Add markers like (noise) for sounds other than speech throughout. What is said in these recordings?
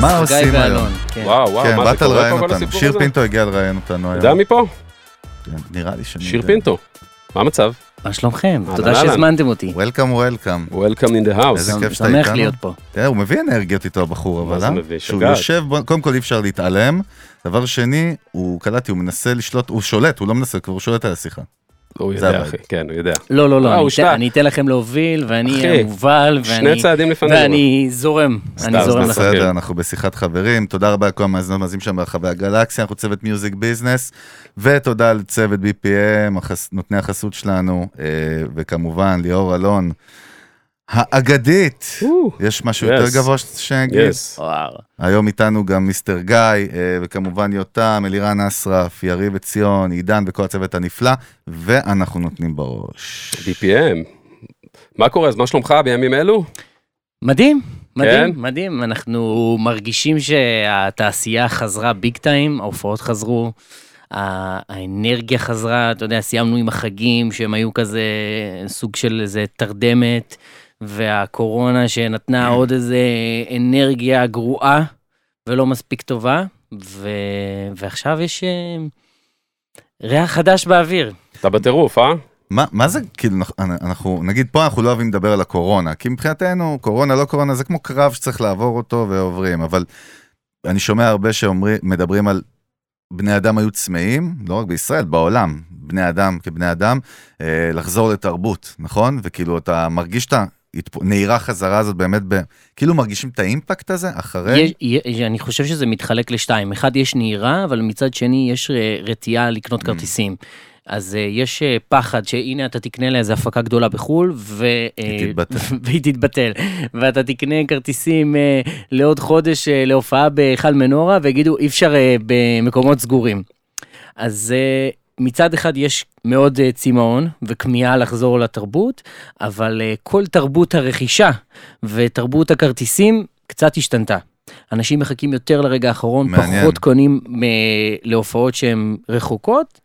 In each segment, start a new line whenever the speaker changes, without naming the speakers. מה עושים
חגי
היום?
ואלון, כן.
וואו, וואו,
כן,
מה זה
באת
קורה
לראיין
פה כל
אותנו.
הסיפור
שיר
הזה?
פינטו הגיע לראיין אותנו
אתה
היום.
מפה?
כן, נראה לי שאני...
שיר פינטו. מה המצב?
מה שלומכם?
אהלן,
תודה
אהלן.
שהזמנתם אותי.
וולקאם וולקאם.
Welcome in the house.
איזה
שמח-
כיף שאתה
שמח
איתנו.
להיות פה.
תראה, אה, הוא מביא אנרגיות איתו הבחור,
מה
אבל
זה
אה?
מביא?
שהוא
שגעת.
יושב, בו- קודם כל אי אפשר להתעלם. דבר שני, הוא קלטתי, הוא מנסה לשלוט, הוא שולט, הוא לא מנסה, כבר הוא שולט על השיחה.
הוא
זה
יודע,
הבעיה.
אחי, כן, הוא יודע.
לא, לא,
אה,
לא, אני
הוא
אתן-
שתה.
אני אתן לכם להוביל, ואני
אחי,
אהיה מובל, ואני-
שני צעדים לפנינו.
ואני זורם. אני
סתם,
זורם
סתם.
לכם.
לכם.
בסדר, אנחנו בשיחת חברים. תודה רבה לכל המאזינות והמאזינים שם ברחבי הגלקסיה, אנחנו צוות מיוזיק ביזנס, ותודה לצוות BPM, החס- נותני החסות שלנו, אה, וכמובן ליאור אלון, האגדית.
וואו,
יש משהו
Yes.
יותר גבוה ש- שנגיד?
יס.
וואו.
היום איתנו גם מיסטר גיא, אה, וכמובן יותם, אלירן אסרף, יריב עציון, עידן וכל הצוות הנפלא, ואנחנו נותנים בראש.
BPM. מה קורה? אז מה שלומך בימים אלו?
מדהים, מדהים,
כן?
מדהים. אנחנו מרגישים שהתעשייה חזרה ביג טיים, ההופעות חזרו, ה- האנרגיה חזרה, אתה יודע, סיימנו עם החגים שהם היו כזה סוג של איזה תרדמת, והקורונה שנתנה עוד איזה אנרגיה גרועה ולא מספיק טובה, ו... ועכשיו יש אה, ריח חדש באוויר.
אתה בטירוף, אה?
מה, מה זה, כאילו, אנחנו- אנחנו, נגיד פה אנחנו לא אוהבים לדבר על הקורונה, כי מבחינתנו, קורונה, לא קורונה, זה כמו קרב שצריך לעבור אותו ועוברים, אבל אני שומע הרבה שמדברים על בני אדם היו צמאים, לא רק בישראל, בעולם, בני אדם כבני אדם, אה, לחזור לתרבות, נכון? וכאילו, אתה מרגיש את הנהירה חזרה הזאת באמת, ב, כאילו מרגישים את האימפקט הזה אחרי?
יש, יש, אני חושב שזה מתחלק לשתיים. אחד, יש נהירה, אבל מצד שני, יש אה, רתיעה לקנות כרטיסים. אז אה, יש אה, פחד שהנה אתה תקנה לאיזה הפקה גדולה בחו"ל, ו... אה,
היא תתבטל.
והיא תתבטל. ואתה תקנה כרטיסים אה, לעוד חודש אה, להופעה בהיכל מנורה, ויגידו אי אפשר אה, במקומות סגורים. אז אה, מצד אחד יש מאוד אה, צמאון וכמיהה לחזור לתרבות, אבל אה, כל תרבות הרכישה ותרבות הכרטיסים קצת השתנתה. אנשים מחכים יותר לרגע האחרון,
מעניין.
פחות קונים אה, להופעות שהן רחוקות,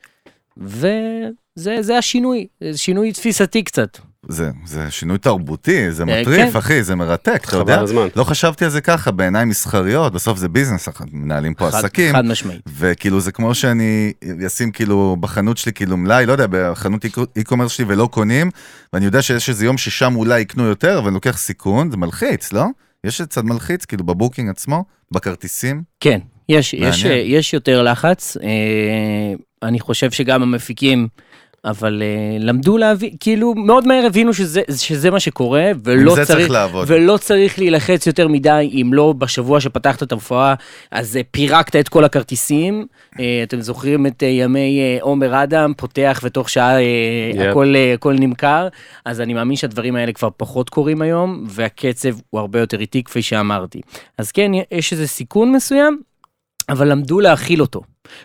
וזה זה השינוי, זה שינוי תפיסתי קצת.
זה, זה שינוי תרבותי, זה
אה,
מטריף,
כן.
אחי, זה מרתק, אתה
חבל
יודע?
על הזמן.
לא חשבתי על זה ככה, בעיניים מסחריות, בסוף זה ביזנס, אנחנו מנהלים פה
חד,
עסקים,
חד משמעית.
וכאילו זה כמו שאני אשים כאילו בחנות שלי כאילו מלאי, לא יודע, בחנות אי-קומרס שלי ולא קונים, ואני יודע שיש איזה יום ששם אולי יקנו יותר, אבל אני לוקח סיכון, זה מלחיץ, לא? יש צד מלחיץ, כאילו בבוקינג עצמו, בכרטיסים,
כן, יש, יש,
מעניין.
אה, יש יותר לחץ. אה, אני חושב שגם המפיקים, אבל אה, למדו להבין, כאילו, מאוד מהר הבינו שזה, שזה מה שקורה,
עם
ולא
זה צריך
לא צריך...
לעבוד.
ולא צריך להילחץ יותר מדי, אם לא בשבוע שפתחת את המופעה, אז אה, פירקת את כל הכרטיסים. אה, אתם זוכרים את אה, ימי אה, עומר אדם, פותח ותוך שעה yeah.
Yep.
הכל, אה, הכל נמכר, אז אני מאמין שהדברים האלה כבר פחות קורים היום, והקצב הוא הרבה יותר איטי, כפי שאמרתי. אז כן, יש איזה סיכון מסוים, אבל למדו להכיל אותו.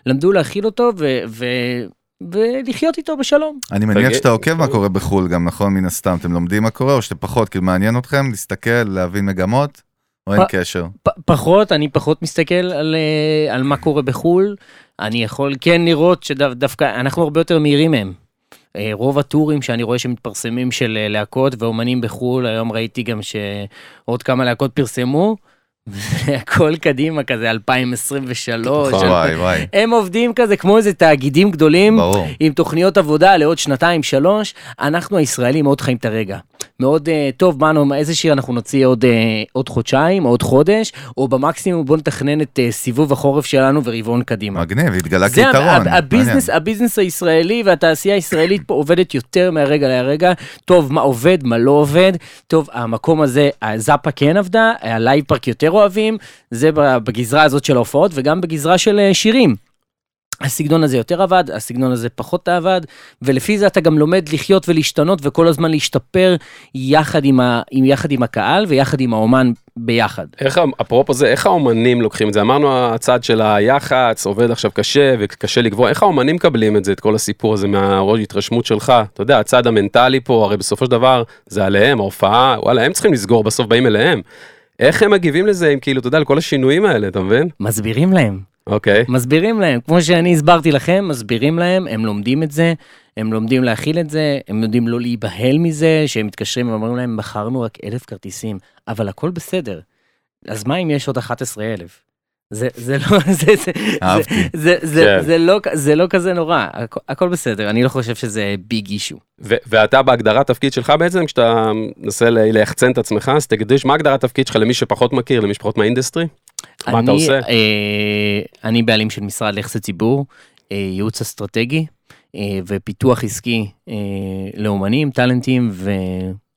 למדו להכיל אותו ו... ו... ולחיות איתו בשלום.
אני מניח
תגיד-
שאתה עוקב מה קורה בחו"ל גם, נכון? מן הסתם, אתם לומדים מה קורה, או שאתם פחות, כאילו מעניין אתכם להסתכל, להבין מגמות, או אין
פ-
קשר?
פ- פחות, אני פחות מסתכל על, אה, על מה קורה בחו"ל. אני יכול כן לראות שדווקא, אנחנו הרבה יותר מהירים מהם. אה, רוב הטורים שאני רואה שמתפרסמים של אה, להקות ואומנים בחו"ל, היום ראיתי גם שעוד כמה להקות פרסמו, (laughs) והכל קדימה כזה 2023.
נכון.
וואי וואי,
הם עובדים כזה כמו איזה תאגידים גדולים.
ברור.
עם תוכניות עבודה לעוד שנתיים, שלוש, אנחנו הישראלים מאוד חיים את הרגע. מאוד uh, טוב, מה, נו, איזה שיר אנחנו נוציא עוד, uh, עוד חודשיים, עוד חודש, או במקסימום בוא נתכנן את uh, סיבוב החורף שלנו ורבעון קדימה.
כן. מגניב, התגלה
זה
כיתרון.
ה- ה- הביזנס, הביזנס הישראלי והתעשייה הישראלית פה עובדת יותר מהרגע להרגע. טוב, מה עובד, מה לא עובד. טוב, המקום הזה, הזאפה כן עבדה, הלייב פארק יותר אוהבים, זה ב- בגזרה הזאת של ההופעות וגם בגזרה של אה, שירים. הסגנון הזה יותר עבד, הסגנון הזה פחות עבד, ולפי זה אתה גם לומד לחיות ולהשתנות וכל הזמן להשתפר יחד עם, ה, עם, יחד עם הקהל ויחד עם האומן ביחד.
איך, ה- אפרופו זה, איך האומנים לוקחים את זה? אמרנו הצד של היח"צ עובד עכשיו קשה וקשה לקבוע, איך האומנים מקבלים את זה, את כל הסיפור הזה מהראש התרשמות שלך? אתה יודע, הצד המנטלי פה, הרי בסופו של דבר זה עליהם, ההופעה, וואלה, הם צריכים לסגור, בסוף באים אליהם. איך הם מגיבים לזה, אם כאילו, אתה יודע, לכל השינויים האלה, אתה מבין?
מסבירים להם.
אוקיי.
מסבירים להם, כמו שאני הסברתי לכם, מסבירים להם, הם לומדים את זה, הם לומדים להכיל את זה, הם יודעים לא להיבהל מזה, שהם מתקשרים ואומרים להם, מכרנו רק אלף כרטיסים, אבל הכל בסדר. אז מה אם יש עוד 11,000? זה, זה לא, (laughs) זה, זה,
אהבתי.
זה, זה,
כן.
זה, לא, זה לא כזה נורא, הכ, הכל בסדר, אני לא חושב שזה ביג אישו.
ו- ואתה בהגדרת תפקיד שלך בעצם, כשאתה מנסה ל- ליחצן את עצמך, אז תקדיש מה הגדרת תפקיד שלך למי שפחות מכיר, למי שפחות מהאינדסטרי? מה אתה עושה?
אה, אני בעלים של משרד ליחסי ציבור, אה, ייעוץ אסטרטגי אה, ופיתוח עסקי אה, לאומנים, טאלנטים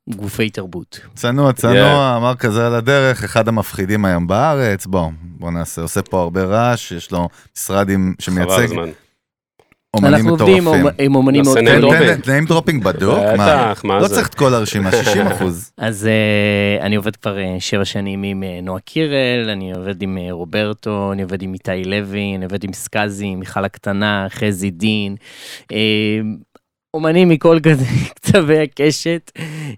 וגופי תרבות.
צנוע,
Yeah.
צנוע, אמר כזה על הדרך, אחד המפחידים היום בארץ, בוא, בוא נעשה, עושה פה הרבה רעש, יש לו משרד עם-
חבל
שמייצג
הזמן.
אומנים
אנחנו עובדים עם
מטורפים. כן,
אומ- עם אומנים מאוד
נעשה
תן-
נדור.
גדולים.
תן- תן דרופינג בדוק, מה?
בטח, מה
לא
זה?
צריך את כל הרשימה, 60 אחוז.
אז אה, אני עובד כבר אה, שבע שנים עם אה, נועה קירל, אני עובד עם אה, רוברטו, אני עובד עם איתי לוי, אני עובד עם סקאזי, עם מיכל הקטנה, חזי דין, אה, אומנים מכל כזה (laughs) קצווי הקשת.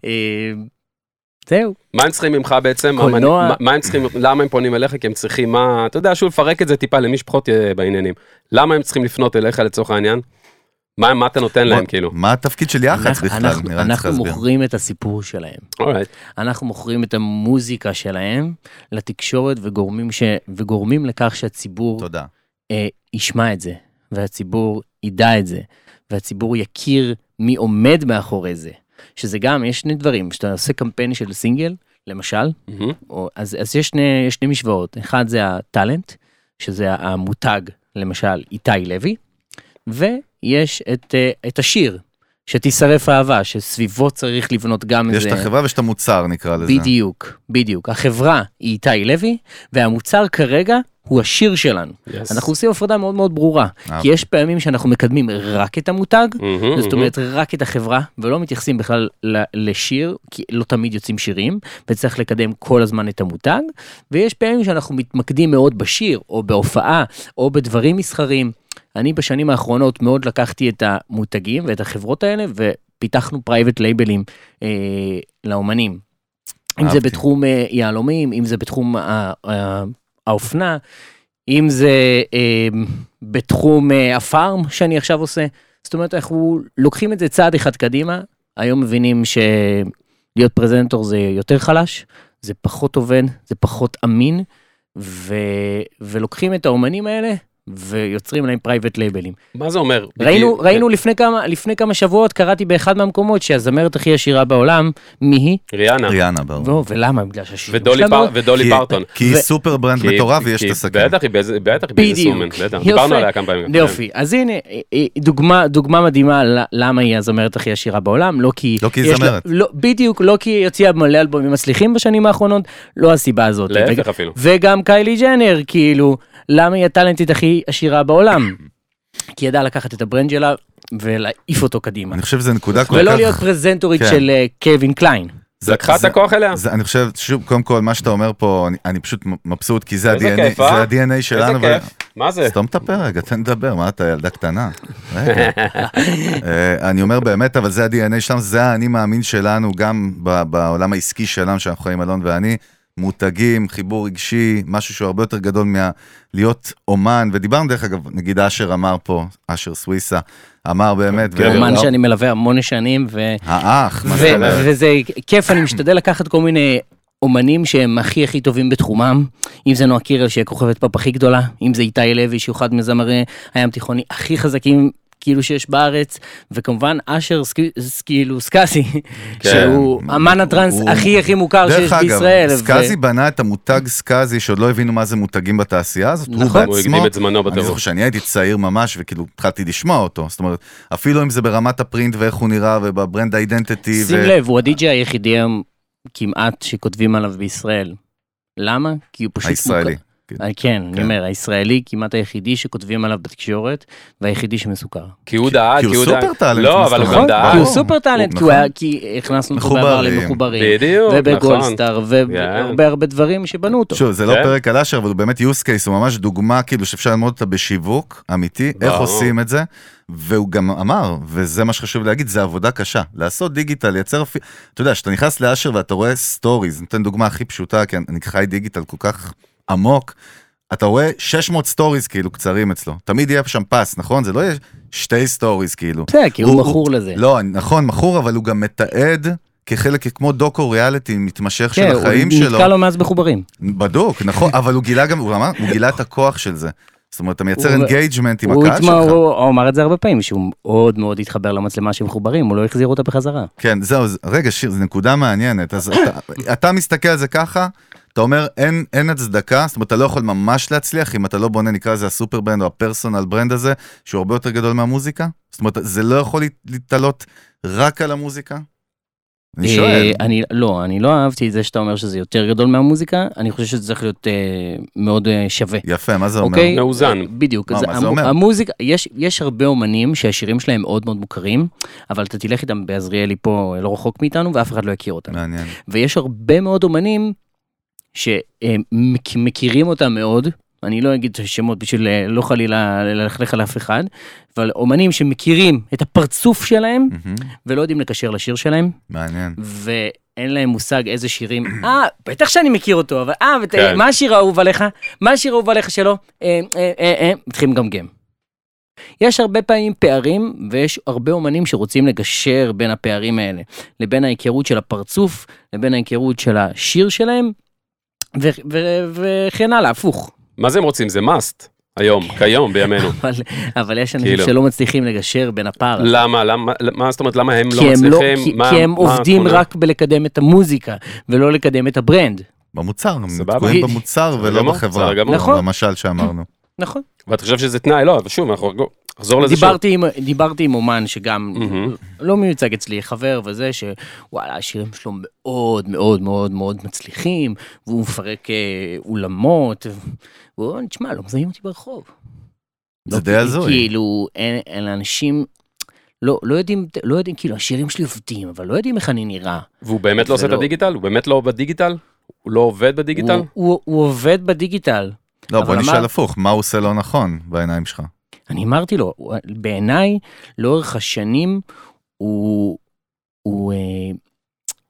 אה, זהו.
מה הם צריכים ממך בעצם?
קולנוע.
אמנים- מה- מה הם צריכים, למה הם פונים אליך? כי הם צריכים מה, אתה יודע, שוב, לפרק את זה טיפה למי שפחות אה, בעניינים. למה הם צריכים לפנות אליך לצורך העניין? מה מה אתה נותן להם כאילו?
מה התפקיד של יח"צ
אנחנו-
בכלל?
אנחנו-
נראה לי צריך
אנחנו
להסביר.
מוכרים את הסיפור שלהם.
אולייט.
אנחנו מוכרים את המוזיקה שלהם לתקשורת וגורמים, ש... וגורמים לכך שהציבור
תודה.
אה, ישמע את זה, והציבור ידע את זה, והציבור יכיר מי עומד מאחורי זה. שזה גם, יש שני דברים, כשאתה עושה קמפיין של סינגל, למשל,
מהמם.
או, אז, אז יש, שני, יש שני משוואות, אחד זה הטאלנט, שזה המותג, למשל איתי לוי, ויש את, אה, את השיר, שתישרף אהבה, שסביבו צריך לבנות גם
יש
איזה...
את החברה ויש את המוצר, נקרא לזה.
בדיוק, בדיוק. החברה היא איתי לוי, והמוצר כרגע הוא השיר שלנו.
Yes.
אנחנו עושים הפרדה מאוד מאוד ברורה,
אה.
כי יש פעמים שאנחנו מקדמים רק את המותג,
מהמם,
זאת אומרת רק את החברה, ולא מתייחסים בכלל ל- לשיר, כי לא תמיד יוצאים שירים, וצריך לקדם כל הזמן את המותג, ויש פעמים שאנחנו מתמקדים מאוד בשיר, או בהופעה, או בדברים מסחרים. אני בשנים האחרונות מאוד לקחתי את המותגים ואת החברות האלה, ופיתחנו פרייבט לייבלים אה, לאומנים. אם זה
אהבתי.
בתחום אה, יהלומים, אם זה בתחום ה- ה- האופנה, אם זה אה, בתחום אה, הפארם שאני עכשיו עושה. זאת אומרת, אנחנו לוקחים את זה צעד אחד קדימה, היום מבינים שלהיות פרזנטור זה יותר חלש, זה פחות עובד, זה פחות אמין, ו... ולוקחים את האומנים האלה ויוצרים להם פרייבט לייבלים.
מה זה אומר?
ראינו,
בדיוק-
ראינו לפני, כמה, לפני כמה שבועות, קראתי באחד מהמקומות שהזמרת הכי עשירה בעולם, מי היא?
ריאנה.
ריאנה, ברור.
ו... ולמה? בגלל שהשירים
ודולי פר- ודולי
כי-
פרטון.
כי היא
ו-
סופר ברנד
כי-
מטורף ויש
כי-
את הסכין.
בטח, היא באיזה- בטח, היא באיזה
בדיוק.
סומן, בטח.
יופי.
דיברנו עליה כמה פעמים.
יופי, אז הנה אה, אה, דוגמה, דוגמה מדהימה ל- למה היא הזמרת הכי עשירה בעולם, לא כי...
לא כי היא
יש לה-
זמרת.
לא, בדיוק, לא כי היא הוציאה מלא אלבומים מצליחים בשנים האחרונות, לא הסיבה הזאת.
כן. להפך
וג-
אפילו.
וגם קיילי ג'נר, כאילו, למה היא הטאלנטית הכי עשירה בעולם? (clears throat) כי היא ידעה לקחת את הברנד שלה ולהעיף אותו קדימה.
אני חושב שזו נקודה כל
ולא
כך...
להיות פרזנטורית
כן.
של אה, קווין קליין.
זה-
לקחה את
זה-
הכוח אליה?
זה, אני חושב, שוב, קודם כל, מה שאתה אומר פה, אני, אני פשוט מבסוט, כי זה
איזה
ה-DNA,
כיף, אה?
זה ה-DNA
איזה
שלנו.
כיף. מה זה?
סתום את הפה רגע, תן לדבר, מה אתה ילדה קטנה? רגע.
(laughs)
אה, אני אומר באמת, אבל זה ה-DNA שלנו, זה האני מאמין שלנו, גם ב- בעולם העסקי שלנו, שאנחנו חיים, אלון ואני, מותגים, חיבור רגשי, משהו שהוא הרבה יותר גדול מלהיות אומן, ודיברנו דרך אגב, נגיד אשר אמר פה, אשר סוויסה, אמר באמת, ו-
כן, אומן שאני מלווה המון שנים, ו...
האח, לא. מה זאת
ו-
אומרת?
וזה כיף, אני משתדל לקחת כל מיני אומנים שהם הכי הכי טובים בתחומם, אם זה נועה קירל שהיא כוכבת פאפ הכי גדולה, אם זה איתי לוי שהוא אחד מזמרי הים תיכוני הכי חזקים. כאילו שיש בארץ, וכמובן אשר סק- ס- כאילו סקאסי,
כן.
שהוא אמן הטראנס
הוא-
הכי הכי מוכר שיש
דרך
בישראל.
אגב,
ו- Mm.
סקאזי בנה את המותג סקאזי, שעוד לא הבינו מה זה מותגים בתעשייה הזאת, הוא
נכון.
בעצמו.
הוא הקדים את זמנו
אני
בטרור.
זוכר שאני הייתי צעיר ממש, וכאילו התחלתי לשמוע אותו. זאת אומרת, אפילו אם זה ברמת הפרינט ואיך הוא נראה, ובברנד אידנטיטי.
שים לב, הוא הדי-ג'יי היחידי היום כמעט שכותבים עליו בישראל. למה? כי הוא פשוט
הישראלי.
מוכר. כן, אני
כן.
אומר, הישראלי כמעט היחידי שכותבים עליו בתקשורת, והיחידי שמסוכר.
כי הוא דאג,
כי
כי
הוא
הוא דאג.
סופר טאלנט,
לא,
מה
אבל
זאת
הוא
אומרת?
גם
נכון, כי
דאג.
הוא סופר טאלנט, כי הוא היה- כי הכנסנו אותו בעבר
מחוברים.
למחוברים,
בדיוק, נכון.
ובגולדסטאר,
כן.
ובהרבה הרבה דברים שבנו אותו.
שוב, זה לא
כן.
פרק על אשר, אבל הוא באמת use case, הוא ממש דוגמה כאילו שאפשר ללמוד אותה בשיווק אמיתי, איך
ברור.
עושים את זה. והוא גם אמר, וזה מה שחשוב להגיד, זה עבודה קשה. לעשות דיגיטל, לייצר אפילו, אתה יודע, כשאתה נכנס לאשר ואתה רואה סטוריז, נותן דוגמה הכי פשוטה, כי אני חי דיגיטל כל כך עמוק, אתה רואה 600 סטוריז כאילו קצרים אצלו. תמיד יהיה שם פס, נכון? זה לא יהיה שתי סטוריז כאילו.
בסדר, כי הוא
הוא-
מכור לזה.
לא, נכון, מכור, אבל הוא גם מתעד כחלק, כמו דוקו ריאליטי מתמשך
כן,
של
הוא
החיים שלו.
נתקע לו מאז מחוברים.
בדוק, נכון,
(laughs)
אבל הוא גילה גם, הוא אמר, הוא גילה את הכוח של זה. זאת אומרת, אתה מייצר
הוא-
אינגייג'מנט עם
הוא
הקהל
התמ-
שלך.
הוא הוא אמר את זה הרבה פעמים, שהוא מאוד מאוד התחבר למצלמה שהם מחוברים, הוא לא החזיר אותה בחזרה.
כן, זהו, זה- רגע, שיר, זו נקודה מעניינת. אז אתה, (laughs) אתה מסתכל על זה ככה, אתה אומר, אין, אין הצדקה, זאת אומרת, אתה לא יכול ממש להצליח אם אתה לא בונה, נקרא לזה הסופר ברנד או הפרסונל ברנד הזה, שהוא הרבה יותר גדול מהמוזיקה? זאת אומרת, זה לא יכול להת- להתעלות רק על המוזיקה? אני
אה,
שואל.
אני, לא, אני לא אהבתי את זה שאתה אומר שזה יותר גדול מהמוזיקה, אני חושב שזה צריך להיות אה, מאוד אה, שווה.
יפה, מה זה אומר?
אוקיי?
מאוזן.
בדיוק,
מה,
זה,
מה זה
המ,
אומר?
המוזיקה, יש, יש הרבה אומנים שהשירים שלהם מאוד מאוד מוכרים, אבל אתה תלך איתם בעזריאלי פה לא רחוק מאיתנו ואף אחד לא יכיר אותם.
מעניין.
ויש הרבה מאוד אומנים שמכירים אותם מאוד, אני לא אגיד שמות בשביל אה, לא חלילה ללכלך על אף אחד, אבל אומנים שמכירים את הפרצוף שלהם
מהמם,
ולא יודעים לקשר לשיר שלהם,
מעניין.
ואין להם מושג איזה שירים, (clears throat) אה, בטח שאני מכיר אותו, אבל אה, ות...
כן.
מה השיר האהוב עליך? מה השיר האהוב עליך שלו? אה, אה, אה, אה, מתחילים לגמגם. יש הרבה פעמים פערים, ויש הרבה אומנים שרוצים לגשר בין הפערים האלה, לבין ההיכרות של הפרצוף, לבין ההיכרות של השיר שלהם, ו- ו- וכן הלאה,
(coughs)
הפוך.
מה זה הם רוצים? זה must. היום, כיום, בימינו.
כן. (laughs) אבל, אבל יש אנשים
כאילו.
שלא מצליחים לגשר בין הפער הזה.
למה? למה? מה זאת אומרת? למה הם לא
כי הם, לא, כי,
מצליחים? מה-
כי הם
מה
עובדים
התמונה?
רק בלקדם את המוזיקה, ולא לקדם את הברנד.
במוצר, הם
סבבה.
תקועים במוצר
בסדר
ולא
גמור,
בחברה.
בסדר גמור.
נכון.
במשל שאמרנו.
נכון.
ואתה חושב שזה תנאי? לא, אבל שוב, אנחנו נחזור לזה שוב.
דיברתי עם, דיברתי עם אומן שגם
מהמם.
לא מיוצג אצלי, חבר וזה, שוואלה, השירים שלו מאוד מאוד מאוד מאוד מצליחים, והוא מפרק אה, אולמות, והוא אומר, תשמע, לא מזהים אותי ברחוב.
זה
לא,
די הזוי.
כאילו, אין, אין אנשים... לא, לא יודעים, לא יודעים, כאילו, השירים שלי עובדים, אבל לא יודעים איך אני נראה.
והוא באמת
זה
לא עושה את
לא-
הדיגיטל? הוא באמת לא בדיגיטל? הוא לא עובד בדיגיטל?
הוא, הוא, הוא עובד בדיגיטל.
לא,
אבל
בוא
אמר-
נשאל הפוך, מה הוא עושה לא נכון בעיניים שלך?
אני אמרתי לו, הוא- בעיניי, לאורך השנים, הוא, הוא אה,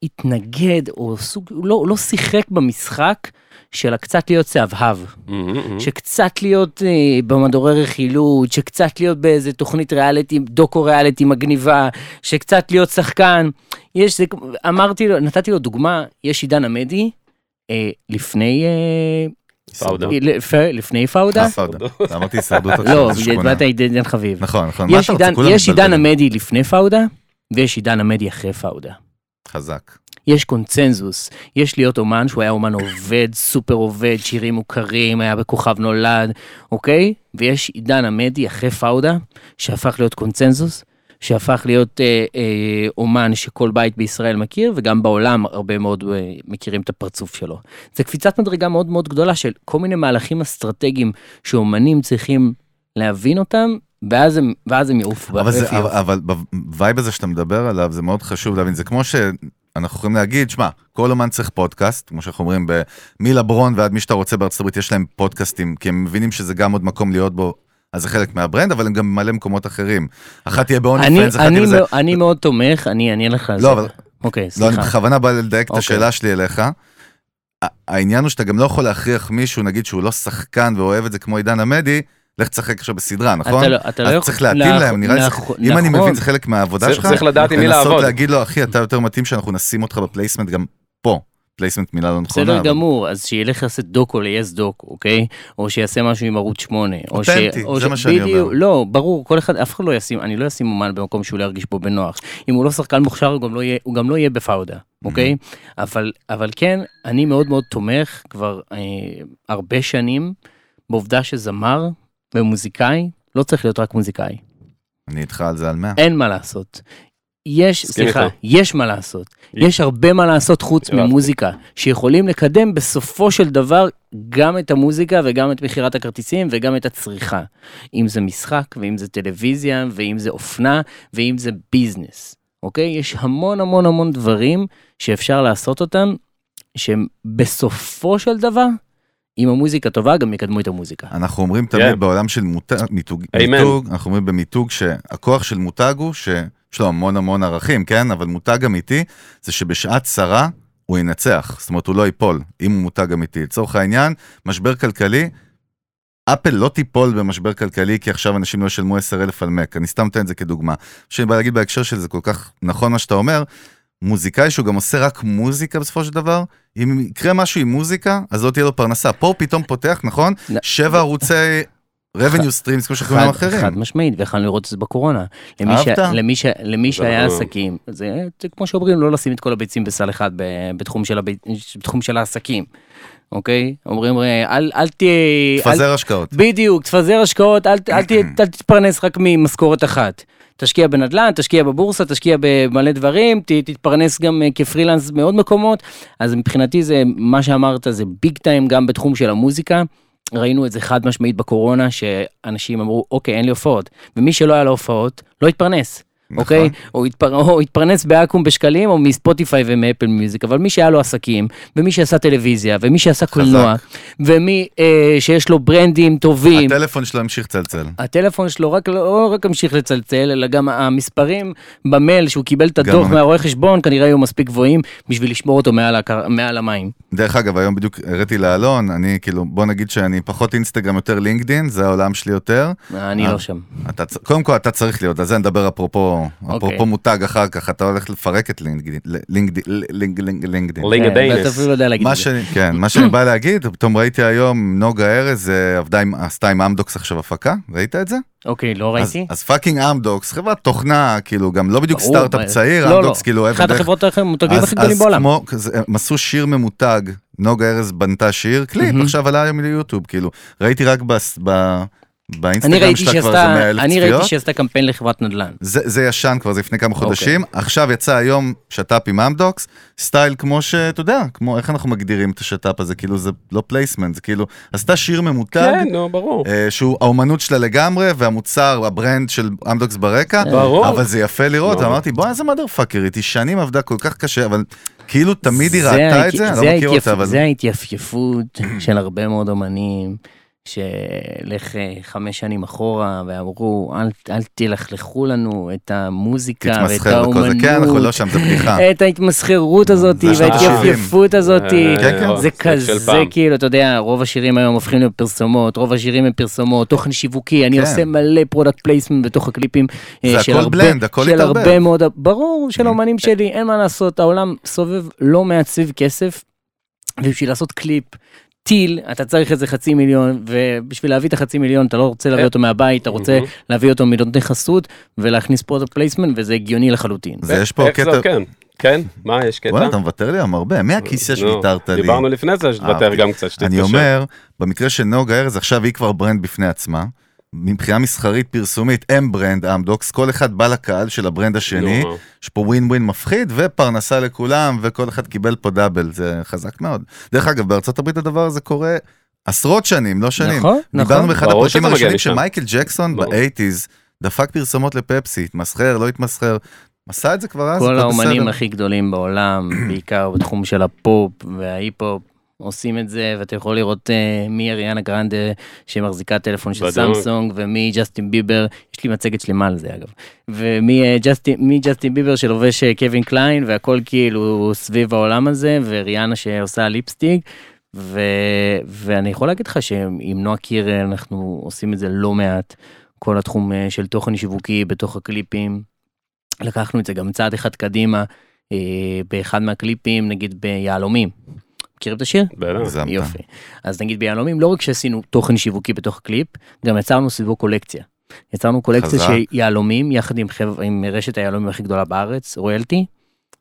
התנגד, או סוג, הוא לא, הוא לא שיחק במשחק של הקצת להיות צהבהב,
מהמם, מהמם.
שקצת להיות אה, במדורי רכילות, שקצת להיות באיזה תוכנית ריאליטי, דוקו ריאליטי מגניבה, שקצת להיות שחקן. יש, זה, כמו- אמרתי לו, נתתי לו דוגמה, יש עידן עמדי, אה, לפני, אה,
לא.
פאודה.
לפ- לפני פאודה,
אה, פאודה. (laughs) אמרתי הישרדות
לא,
עכשיו, זה שכונה.
דיברת עידן חביב.
נכון, נכון. מה
יש
אתה רוצה?
עידן,
כולם
יש עידן
מתבלבלים.
עמדי לפני פאודה, ויש עידן עמדי אחרי פאודה. אמ-
חזק.
יש קונצנזוס, יש להיות אומן שהוא היה אומן עובד, סופר עובד, שירים מוכרים, היה בכוכב נולד, אוקיי? ויש עידן עמדי אחרי פאודה, שהפך להיות קונצנזוס, שהפך להיות אה, אה, אומן שכל בית בישראל מכיר, וגם בעולם הרבה מאוד אה, מכירים את הפרצוף שלו. זה קפיצת מדרגה מאוד מאוד גדולה של כל מיני מהלכים אסטרטגיים שאומנים צריכים להבין אותם, ואז הם, ואז הם יעופו.
אבל זה-
יעופו.
אבל- אבל בווייב הזה שאתה מדבר עליו, זה מאוד חשוב להבין. זה כמו שאנחנו יכולים להגיד, שמע, כל אומן צריך פודקאסט, כמו שאנחנו אומרים, ב- מלברון ועד מי שאתה רוצה בארצות הברית, יש להם פודקאסטים, כי הם מבינים שזה גם עוד מקום להיות בו. אז זה חלק מהברנד, אבל הם גם ממלא מקומות אחרים. אחת תהיה בעונג
אני,
פרנס, אחת
אני,
תהיה בזה.
מאוד- אני מאוד תומך, אני אענה לך על זה.
לא, אבל
אוקיי,
לא, אני
סליחה.
בכוונה בא לדייק את
אוקיי.
השאלה שלי אליך. ה- העניין הוא שאתה גם לא יכול להכריח מישהו, נגיד שהוא לא שחקן ואוהב את זה כמו עידן עמדי, לך תשחק עכשיו בסדרה, נכון?
אתה לא, אתה לא
אז
יכול...
צריך להתאים
נכ-
להם, נראה לי,
נכ-
אם אני
נכון.
מבין זה חלק מהעבודה
צריך-
שלך,
צריך לדעת עם מי
לנסות
לעבוד.
להגיד לו, אחי, אתה יותר מתאים שאנחנו נשים אותך בפלייסמנט גם פה. פלייסמנט מילה לא נכונה.
בסדר
אבל-
גמור, אז שילך לעשות דוקו ל-yes דוקו, אוקיי? או שיעשה משהו עם ערוץ 8. או ש-
אותנטי,
או
זה
ש-
מה שאני
בדיוק,
אומר.
לא, ברור, כל אחד, אף אחד לא ישים, אני לא אשים אומן במקום שהוא לא ירגיש בו בנוח. אם הוא לא שחקן מוכשר, הוא גם לא יהיה- הוא גם לא יהיה בפאודה,
Mm-hmm.
אוקיי? אבל אבל כן, אני מאוד מאוד תומך כבר אה, הרבה שנים בעובדה שזמר ומוזיקאי לא צריך להיות רק מוזיקאי.
אני איתך על זה על 100.
אין מה לעשות. יש,
אה. מסכים
סליחה,
איתך.
יש מה לעשות. יש הרבה מה לעשות חוץ
אהבתי.
ממוזיקה, שיכולים לקדם בסופו של דבר גם את המוזיקה וגם את מכירת הכרטיסים וגם את הצריכה. אם זה משחק, ואם זה טלוויזיה, ואם זה אופנה, ואם זה ביזנס, אוקיי? יש המון המון המון דברים שאפשר לעשות אותם, שהם בסופו של דבר, אם המוזיקה טובה, גם יקדמו את המוזיקה.
אנחנו אומרים תמיד
כן.
בעולם של מותג, מיתוג,
Amen.
מיתוג, אנחנו אומרים במיתוג שהכוח של מותג הוא שיש לו המון המון ערכים, כן? אבל מותג אמיתי זה שבשעת צרה הוא ינצח, זאת אומרת הוא לא ייפול, אם הוא מותג אמיתי. לצורך העניין, משבר כלכלי, אפל לא תיפול במשבר כלכלי כי עכשיו אנשים לא ישלמו 10,000 על מק, אני סתם נותן את זה כדוגמה. שאני בא להגיד בהקשר של זה כל כך נכון מה שאתה אומר, מוזיקאי שהוא גם עושה רק מוזיקה בסופו של דבר, אם יקרה משהו עם מוזיקה, אז לא תהיה לו פרנסה. פה הוא פתאום פותח, נכון?
נ-
שבע ערוצי revenue streams, כמו שקוראים להם
חד, חד
אחרים.
משמעית, ויכולנו לראות את זה בקורונה. למי,
אהבת?
למי, ש, למי שהיה
אנחנו-
עסקים, זה, זה כמו שאומרים, לא לשים את כל הביצים בסל אחד ב- בתחום של, הבי, בתחום של העסקים, אוקיי? אומרים, "אה, אל, אל תהיה... אל-
תפזר השקעות.
בדיוק, תפזר השקעות, אל, ת- אל,
(clears throat)
ת- אל תתפרנס רק ממשכורת אחת. תשקיע בנדל"ן, תשקיע בבורסה, תשקיע במלא דברים, ת, תתפרנס גם אה, כפרילנס מעוד מקומות. אז מבחינתי זה, מה שאמרת זה ביג טיים גם בתחום של המוזיקה. ראינו את זה חד משמעית בקורונה, שאנשים אמרו, אוקיי, אין לי הופעות. ומי שלא היה לו הופעות, לא התפרנס.
נכון.
אוקיי? או, התפר... או התפרנס בעכו"ם בשקלים, או מספוטיפיי ומאפל מיוזיק, אבל מי שהיה לו עסקים, ומי שעשה טלוויזיה, ומי שעשה קולנוע, ומי אה, שיש לו ברנדים טובים, הטל...
הטלפון שלו המשיך לצלצל.
הטלפון שלו רק, לא רק המשיך לצלצל, אלא גם המספרים במייל שהוא קיבל את
גם
הדוח
המ-
מהרואה חשבון, כנראה היו מספיק גבוהים בשביל לשמור אותו מעל, הקר... מעל המים.
דרך אגב, היום בדיוק הראתי לאלון, אני כאילו, בוא נגיד שאני פחות אינסטגרם, יותר לינקדין, זה העולם שלי יותר.
אה, אני
אה.
לא שם.
אתה, צ- קודם כל, אתה צריך להיות, על זה נדבר אפרופו,
אוקיי.
אפרופו מותג אחר כך, אתה הולך לפרק את לינקדין, לינקדין, לינקדין, לינקדין.
לינק-
כן,
הדיינס.
ואתה אפילו לא יודע להגיד
מה
את זה.
שאני, כן, מה שאני בא להגיד, פתאום ראיתי היום, נוגה ארז אה, עבדה עם, עשתה עם אמדוקס עכשיו הפקה, ראית את זה?
אוקיי, לא
אז,
ראיתי.
אז פאקינג אמדוקס, חברת תוכנה, כאילו, גם לא בדיוק
ברור,
סטארט-אפ
מה-
צעיר,
לא,
אמדוקס
לא.
כאילו, אבן
אחת
דרך
החברות המותגים
אז-
הכי גדולים
אז
בעולם.
כמו, כזה, הם עשו שיר ממותג, נוגה ארז בנתה שיר, קליפ,
מהמם.
עכשיו עלה היום ליוטיוב, כאילו, ראיתי רק בס- ב-
אני
באינסטגרם
ראיתי
שלה כבר איזה 100
שעשתה,
אלף
אני ראיתי
צפיות.
שעשתה קמפיין לחברת נדל"ן.
זה, זה ישן כבר, זה לפני כמה
אוקיי.
חודשים. עכשיו יצא היום שת"פ עם אמדוקס, סטייל כמו שאתה יודע, כמו איך אנחנו מגדירים את השת"פ הזה, כאילו זה לא פלייסמנט, זה כאילו, עשתה שיר ממותג,
כן, נו, ברור.
אה, שהוא האומנות שלה לגמרי, והמוצר, הברנד של אמדוקס ברקע,
ברור.
אבל זה יפה לראות,
ברור.
ואמרתי, בוא איזה מאדר פאקרית, היא שנים עבדה כל כך קשה, אבל כאילו תמיד היא
זה
ראתה את
ההתייפ-
זה, אני לא מכיר
ההתייפ-
אותה, אבל...
זה ההתייפייפות (clears throat) של הרבה מאוד אומנים, שלך אה, חמש שנים אחורה, ואמרו, "אל- אל תלכלכו לנו את המוזיקה ואת
תתמסחר וכל זה,
האומנות.
כן, אנחנו לא שם, זה בדיחה.
את ההתמסחרות הזאת,
זה שנות
וההתייפייפות הזאת,
כן, כן.
זה כזה כאילו, אתה יודע, רוב השירים היום הופכים לפרסומות, רוב השירים הם פרסומות, תוכן שיווקי, אני
כן.
עושה מלא פרודקט פלייסמנט בתוך הקליפים.
זה
אה,
הכל
של הרבה-
blend, הכל
של
התערבב.
הרבה מאוד, ברור, של האומנים שלי, אין מה לעשות, העולם סובב לא מעציב כסף, ובשביל לעשות קליפ. טיל, אתה צריך איזה חצי מיליון, ובשביל להביא את החצי מיליון, אתה לא רוצה להביא אותו מהבית, אתה רוצה
מהמם.
להביא אותו מנותני חסות, ולהכניס פה את הפלייסמנט, וזה הגיוני לחלוטין.
זה יש פה
איך
קטע...
זהו, כן. כן, מה, יש קטע?
וואלה, אתה מוותר לי היום הרבה, מהכיסא
נו,
שוויתרת לי.
דיברנו לפני זה, שתוותר
אהבתי.
גם קצת, שתתקשר.
אני אומר, במקרה של נוגה ארז, עכשיו היא כבר ברנד בפני עצמה. מבחינה מסחרית פרסומית הם ברנד אמדוקס, כל אחד בא לקהל של הברנד השני,
נו, אה,
יש פה ווין ווין מפחיד ופרנסה לכולם וכל אחד קיבל פה דאבל, זה חזק מאוד. דרך אגב, בארצות הברית הדבר הזה קורה עשרות שנים, לא שנים.
נכון,
דיברנו
נכון.
באחד
ברור
הפרקים
שאתה מגיע
הראשונים
לשם.
שמייקל ג'קסון
ברור.
באייטיז דפק פרסומות לפפסי, התמסחר, לא התמסחר, עשה את זה כבר אז,
כל
הכל
האומנים
בסדר.
הכי גדולים בעולם, בעיקר בתחום של הפופ וההיפ-הופ, עושים את זה, ואתה יכול לראות אה, מי אריאנה גרנדה שמחזיקה טלפון של
בדיוק.
סמסונג, ומי ג'סטין ביבר, יש לי מצגת שלמה על זה אגב, ומי אה, ג'סטין- מי ג'סטין ביבר שלובש אה, קווין קליין, והכל כאילו סביב העולם הזה, ואריאנה שעושה ליפסטיק. ו... ואני יכול להגיד לך שעם נועה קירל אנחנו עושים את זה לא מעט, כל התחום אה, של תוכן שיווקי בתוך הקליפים, לקחנו את זה גם צעד אחד קדימה אה, באחד מהקליפים, נגיד ביהלומים. מכירים את השיר?
בטח.
הגזמת.
יופי. אז נגיד ביהלומים, לא רק שעשינו תוכן שיווקי בתוך הקליפ, גם יצרנו סביבו קולקציה. יצרנו קולקציה
חזק.
של יהלומים, יחד עם, חב... עם רשת היהלומים הכי גדולה בארץ, רויאלטי.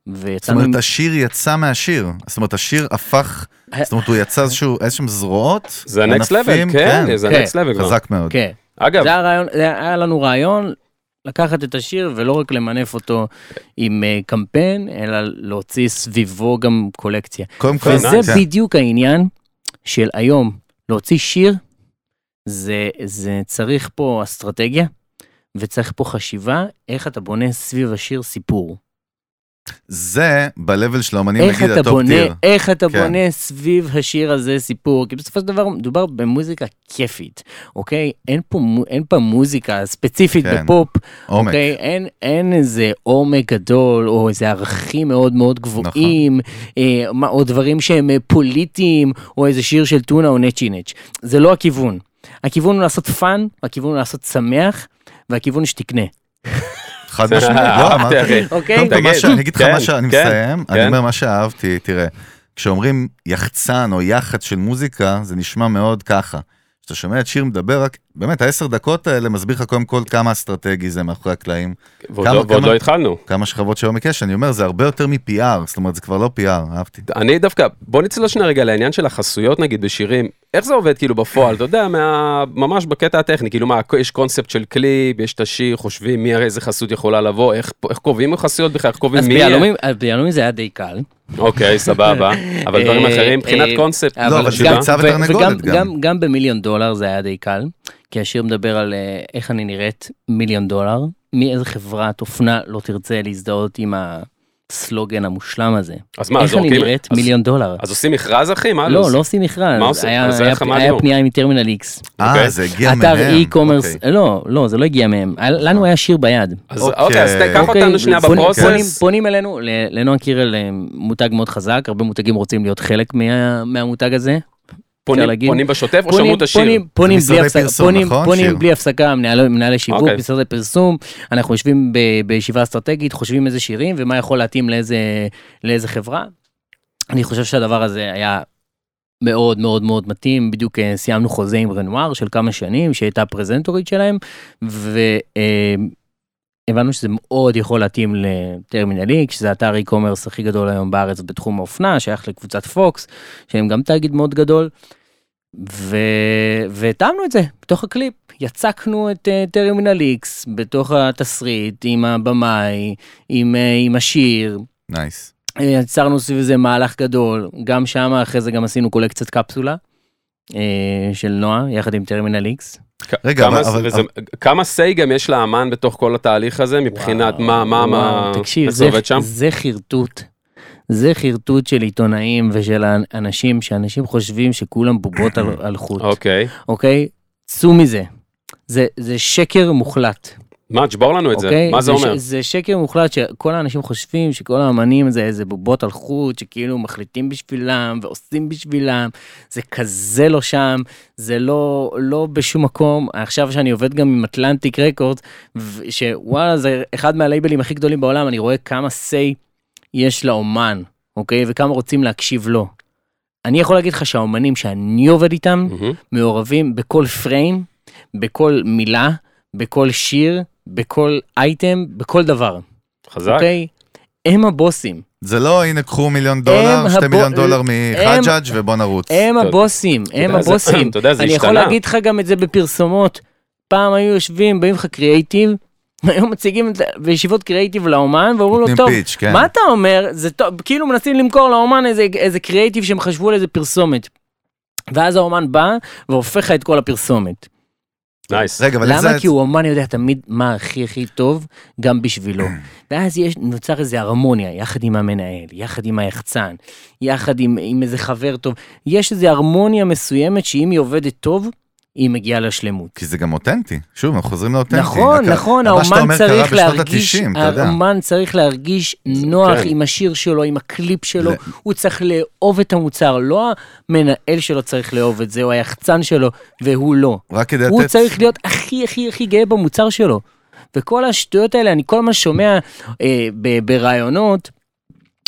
זאת
ויצרנו...
אומרת, השיר יצא מהשיר, זאת אומרת, השיר הפך, זאת אומרת, הוא יצא איזשהו, איזשהם זרועות,
זה הנקסט לבל,
ענפים,
כן, זה
כן.
הנקסט לבל כבר.
חזק מאוד.
כן.
אגב,
זה הרעיון, זה היה לנו רעיון לקחת את השיר ולא רק למנף אותו עם אה, קמפיין, אלא להוציא סביבו גם קולקציה.
קודם כל,
וזה
כן.
בדיוק העניין של היום, להוציא שיר, זה, זה צריך פה אסטרטגיה, וצריך פה חשיבה, איך אתה בונה סביב השיר סיפור.
זה ב-level של האומנים,
איך
נגיד,
אתה
הטופ
בונה,
טיר.
איך אתה
כן.
בונה סביב השיר הזה סיפור, כי בסופו של דבר מדובר במוזיקה כיפית, אוקיי? אין פה, מו- אין פה מוזיקה ספציפית
כן.
בפופ,
עומק.
אוקיי, אין, אין איזה עומק גדול, או איזה ערכים מאוד מאוד גבוהים,
נכון.
אה, מה, או דברים שהם אה, פוליטיים, או איזה שיר של טונה או נצ'י נצ'. זה לא הכיוון. הכיוון הוא לעשות פאן, הכיוון הוא לעשות שמח, והכיוון שתקנה.
חד משמעית, לא, אמרתי,
אהבתי, אחי.
אוקיי?
קודם כל, מה
תגיד.
ש- אני אגיד לך
כן,
מה ש... אני
כן,
מסיים,
כן.
אני אומר מה שאהבתי, תראה, כשאומרים יחצן או יח"צ של מוזיקה, זה נשמע מאוד ככה. כשאתה שומע את שיר מדבר, רק, באמת, העשר דקות האלה מסביר לך קודם כל כמה אסטרטגי זה מאחורי הקלעים,
ועוד
כמה-
לא- ועוד
כמה-
לא התחלנו.
כמה שכבות של עומק יש, אני אומר, זה הרבה יותר מ-PR, זאת אומרת, זה כבר לא PR, אהבתי.
אני דווקא, בוא נצלול שנייה רגע לעניין של החסויות נגיד בשירים, איך זה עובד כאילו בפועל, אתה יודע, מה, ממש בקטע הטכני, כאילו מה, יש קונספט של קליפ, יש את השיר, חושבים מי איזה חסות יכולה לבוא, איך, איך קובעים חסויות בכלל, איך קובעים
אז
מי... יהיה?
ביהלומים- אז ביהלומים זה היה די קל.
אוקיי,
(laughs)
סבבה, אבל דברים
אה,
אחרים,
אה,
מבחינת קונספט,
לא, אבל
אתה
גם-
יודע?
ביצה
ו-
ותרנגולת
וגם-
גם.
גם- גם במיליון דולר זה היה די קל, כי השיר מדבר על אה, איך אני נראית מיליון דולר, מאיזה חברת אופנה לא תרצה להזדהות עם הסלוגן המושלם הזה.
אז מה,
איך אני
זורקים-
נראית
אז-
מיליון דולר.
אז עושים מכרז אחי? מה
לא,
זה?
לא עושים מכרז.
מה עושים?
היה-
אז זה
היה
לך מה
היה
היום.
פנייה מטרמינל איקס.
אה,
אוקיי.
זה הגיע מהם.
אתר אי-קומרס,
אוקיי. אה.
לא, לא, זה לא הגיע מהם. לנו היה שיר ביד.
אז אוקיי, אז
אוקיי.
תיקח
אוקיי,
אותנו שנייה כן.
פונים- פונים-
בפרוסס.
פונים אלינו, ל- לנועה קירל אה, מותג מאוד חזק, הרבה מותגים רוצים להיות חלק מה- מהמותג הזה.
פונים-
להגיד.
פונים בשוטף או שמעו
פונים,
את השיר?
פונים, פונים,
זה
בלי
משרדי
הפסקה,
פרסום,
פונים,
נכון, שיר?
פונים בלי הפסקה, מנהל- מנהלי שיווק,
אוקיי.
משרדי פרסום, אנחנו יושבים ב, בישיבה אסטרטגית, חושבים איזה שירים ומה יכול להתאים לאיזה, לאיזה חברה. אני חושב שהדבר הזה היה מאוד מאוד מאוד מתאים, בדיוק אה, סיימנו חוזה עם רנואר של כמה שנים, שהייתה פרזנטורית שלהם, והבנו שזה מאוד יכול להתאים לטרמינל איקס, שזה אתר e-commerce הכי גדול היום בארץ בתחום האופנה, שייך לקבוצת פוקס, שהם גם תאגיד מאוד גדול. ו... והתאמנו את זה בתוך הקליפ, יצקנו את אה, טרמינל איקס בתוך התסריט עם הבמאי, עם, אה, עם השיר,
נייס.
אה, יצרנו סביב זה מהלך גדול, גם שם אחרי זה גם עשינו קולקציית קפסולה אה, של נועה יחד עם טרמינל איקס.
רגע,
כמה-
אבל- אבל-
וזה- כמה say גם יש לאמן בתוך כל התהליך הזה מבחינת מה, מה, מה,
תקשיב,
איך
זה,
זה עובד שם?
זה חרטוט. זה חרטוט של עיתונאים ושל אנשים, שאנשים חושבים שכולם בובות
(coughs)
על, על חוט,
אוקיי.
אוקיי? צאו מזה. זה, זה שקר מוחלט.
מה, תשבור לנו את זה,
אוקיי?
מה זה
ש-
אומר?
זה שקר מוחלט שכל האנשים חושבים שכל האמנים זה איזה בובות על חוט, שכאילו מחליטים בשבילם ועושים בשבילם, זה כזה לא שם, זה לא, לא בשום מקום. עכשיו שאני עובד גם עם אטלנטיק רקורד, ו- שוואלה, זה אחד מהלייבלים הכי גדולים בעולם, אני רואה כמה say יש לאומן, אוקיי? וכמה רוצים להקשיב לו. אני יכול להגיד לך שהאומנים שאני עובד איתם,
מהמם.
מעורבים בכל פריים, בכל מילה, בכל שיר, בכל אייטם, בכל דבר,
חזק.
אוקיי? הם הבוסים,
זה לא, הנה, קחו מיליון דולר, שתי
הבו-
מיליון דולר
הם-
מחג'אג' ובוא נרוץ.
הם
טוב.
הבוסים, הם
יודע, זה-
הבוסים.
(laughs) אתה יודע, זה
אני יכול
השתנה.
להגיד לך גם את זה בפרסומות. פעם היו יושבים, באים לך (laughs) קריאייטיב, היו מציגים את זה בישיבות קריאייטיב לאומן, ואומרים לו,
נותנים
טוב,
פיץ', כן.
מה אתה אומר? זה טוב, כאילו מנסים למכור לאומן איזה, איזה קריאייטיב שהם חשבו על איזה פרסומת. ואז האומן בא והופך לך את כל הפרסומת.
נייס.
רגע, אבל איך זה...
למה? כי הוא אומן יודע תמיד מה הכי הכי טוב
(clears throat)
גם בשבילו. ואז יש, נוצר איזו הרמוניה, יחד עם המנהל, יחד עם היחצן, יחד עם, עם איזה חבר טוב. יש איזו הרמוניה מסוימת שאם היא עובדת טוב, היא מגיעה לשלמות.
כי זה גם אותנטי. שוב, אנחנו חוזרים לאותנטי.
נכון,
רק-
נכון,
מה שאתה
האומן
אומר קרה
צריך
בשנות
להרגיש, אה, אמ-
ה-תשעים, אתה יודע.
האומן צריך להרגיש נוח
כן.
עם השיר שלו, עם הקליפ שלו,
ל-
הוא צריך לאהוב את המוצר, לא המנהל שלו צריך לאהוב את זה, או היחצן שלו, והוא לא.
רק כדי לתת...
הוא צריך להיות הכי הכי הכי גאה במוצר שלו. וכל השטויות האלה, אני כל הזמן שומע אה, ב- ברעיונות,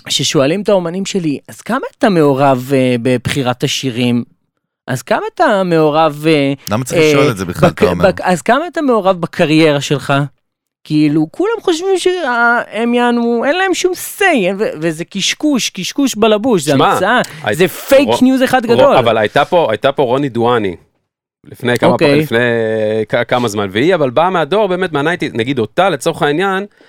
ששואלים את האומנים שלי, אז כמה אתה מעורב אה, בבחירת השירים? אז כמה אתה מעורב... אה,
למה צריך לשאול
אה,
את זה בכלל,
בק-
אתה אומר?
בק- אז כמה אתה מעורב בקריירה שלך? כאילו, כולם חושבים שהם יענו, אין להם שום say, אין- ו- וזה קשקוש, קשקוש בלבוש, זה
שמע,
המצאה,
הי-
זה פייק
רוא-
ניוז אחד
רוא-
גדול.
אבל הייתה פה, הייתה פה רוני דואני. לפני כמה,
אוקיי.
לפני כ- כמה זמן, והיא אבל באה מהדור באמת מהנייטיז, נגיד אותה לצורך העניין,
כן.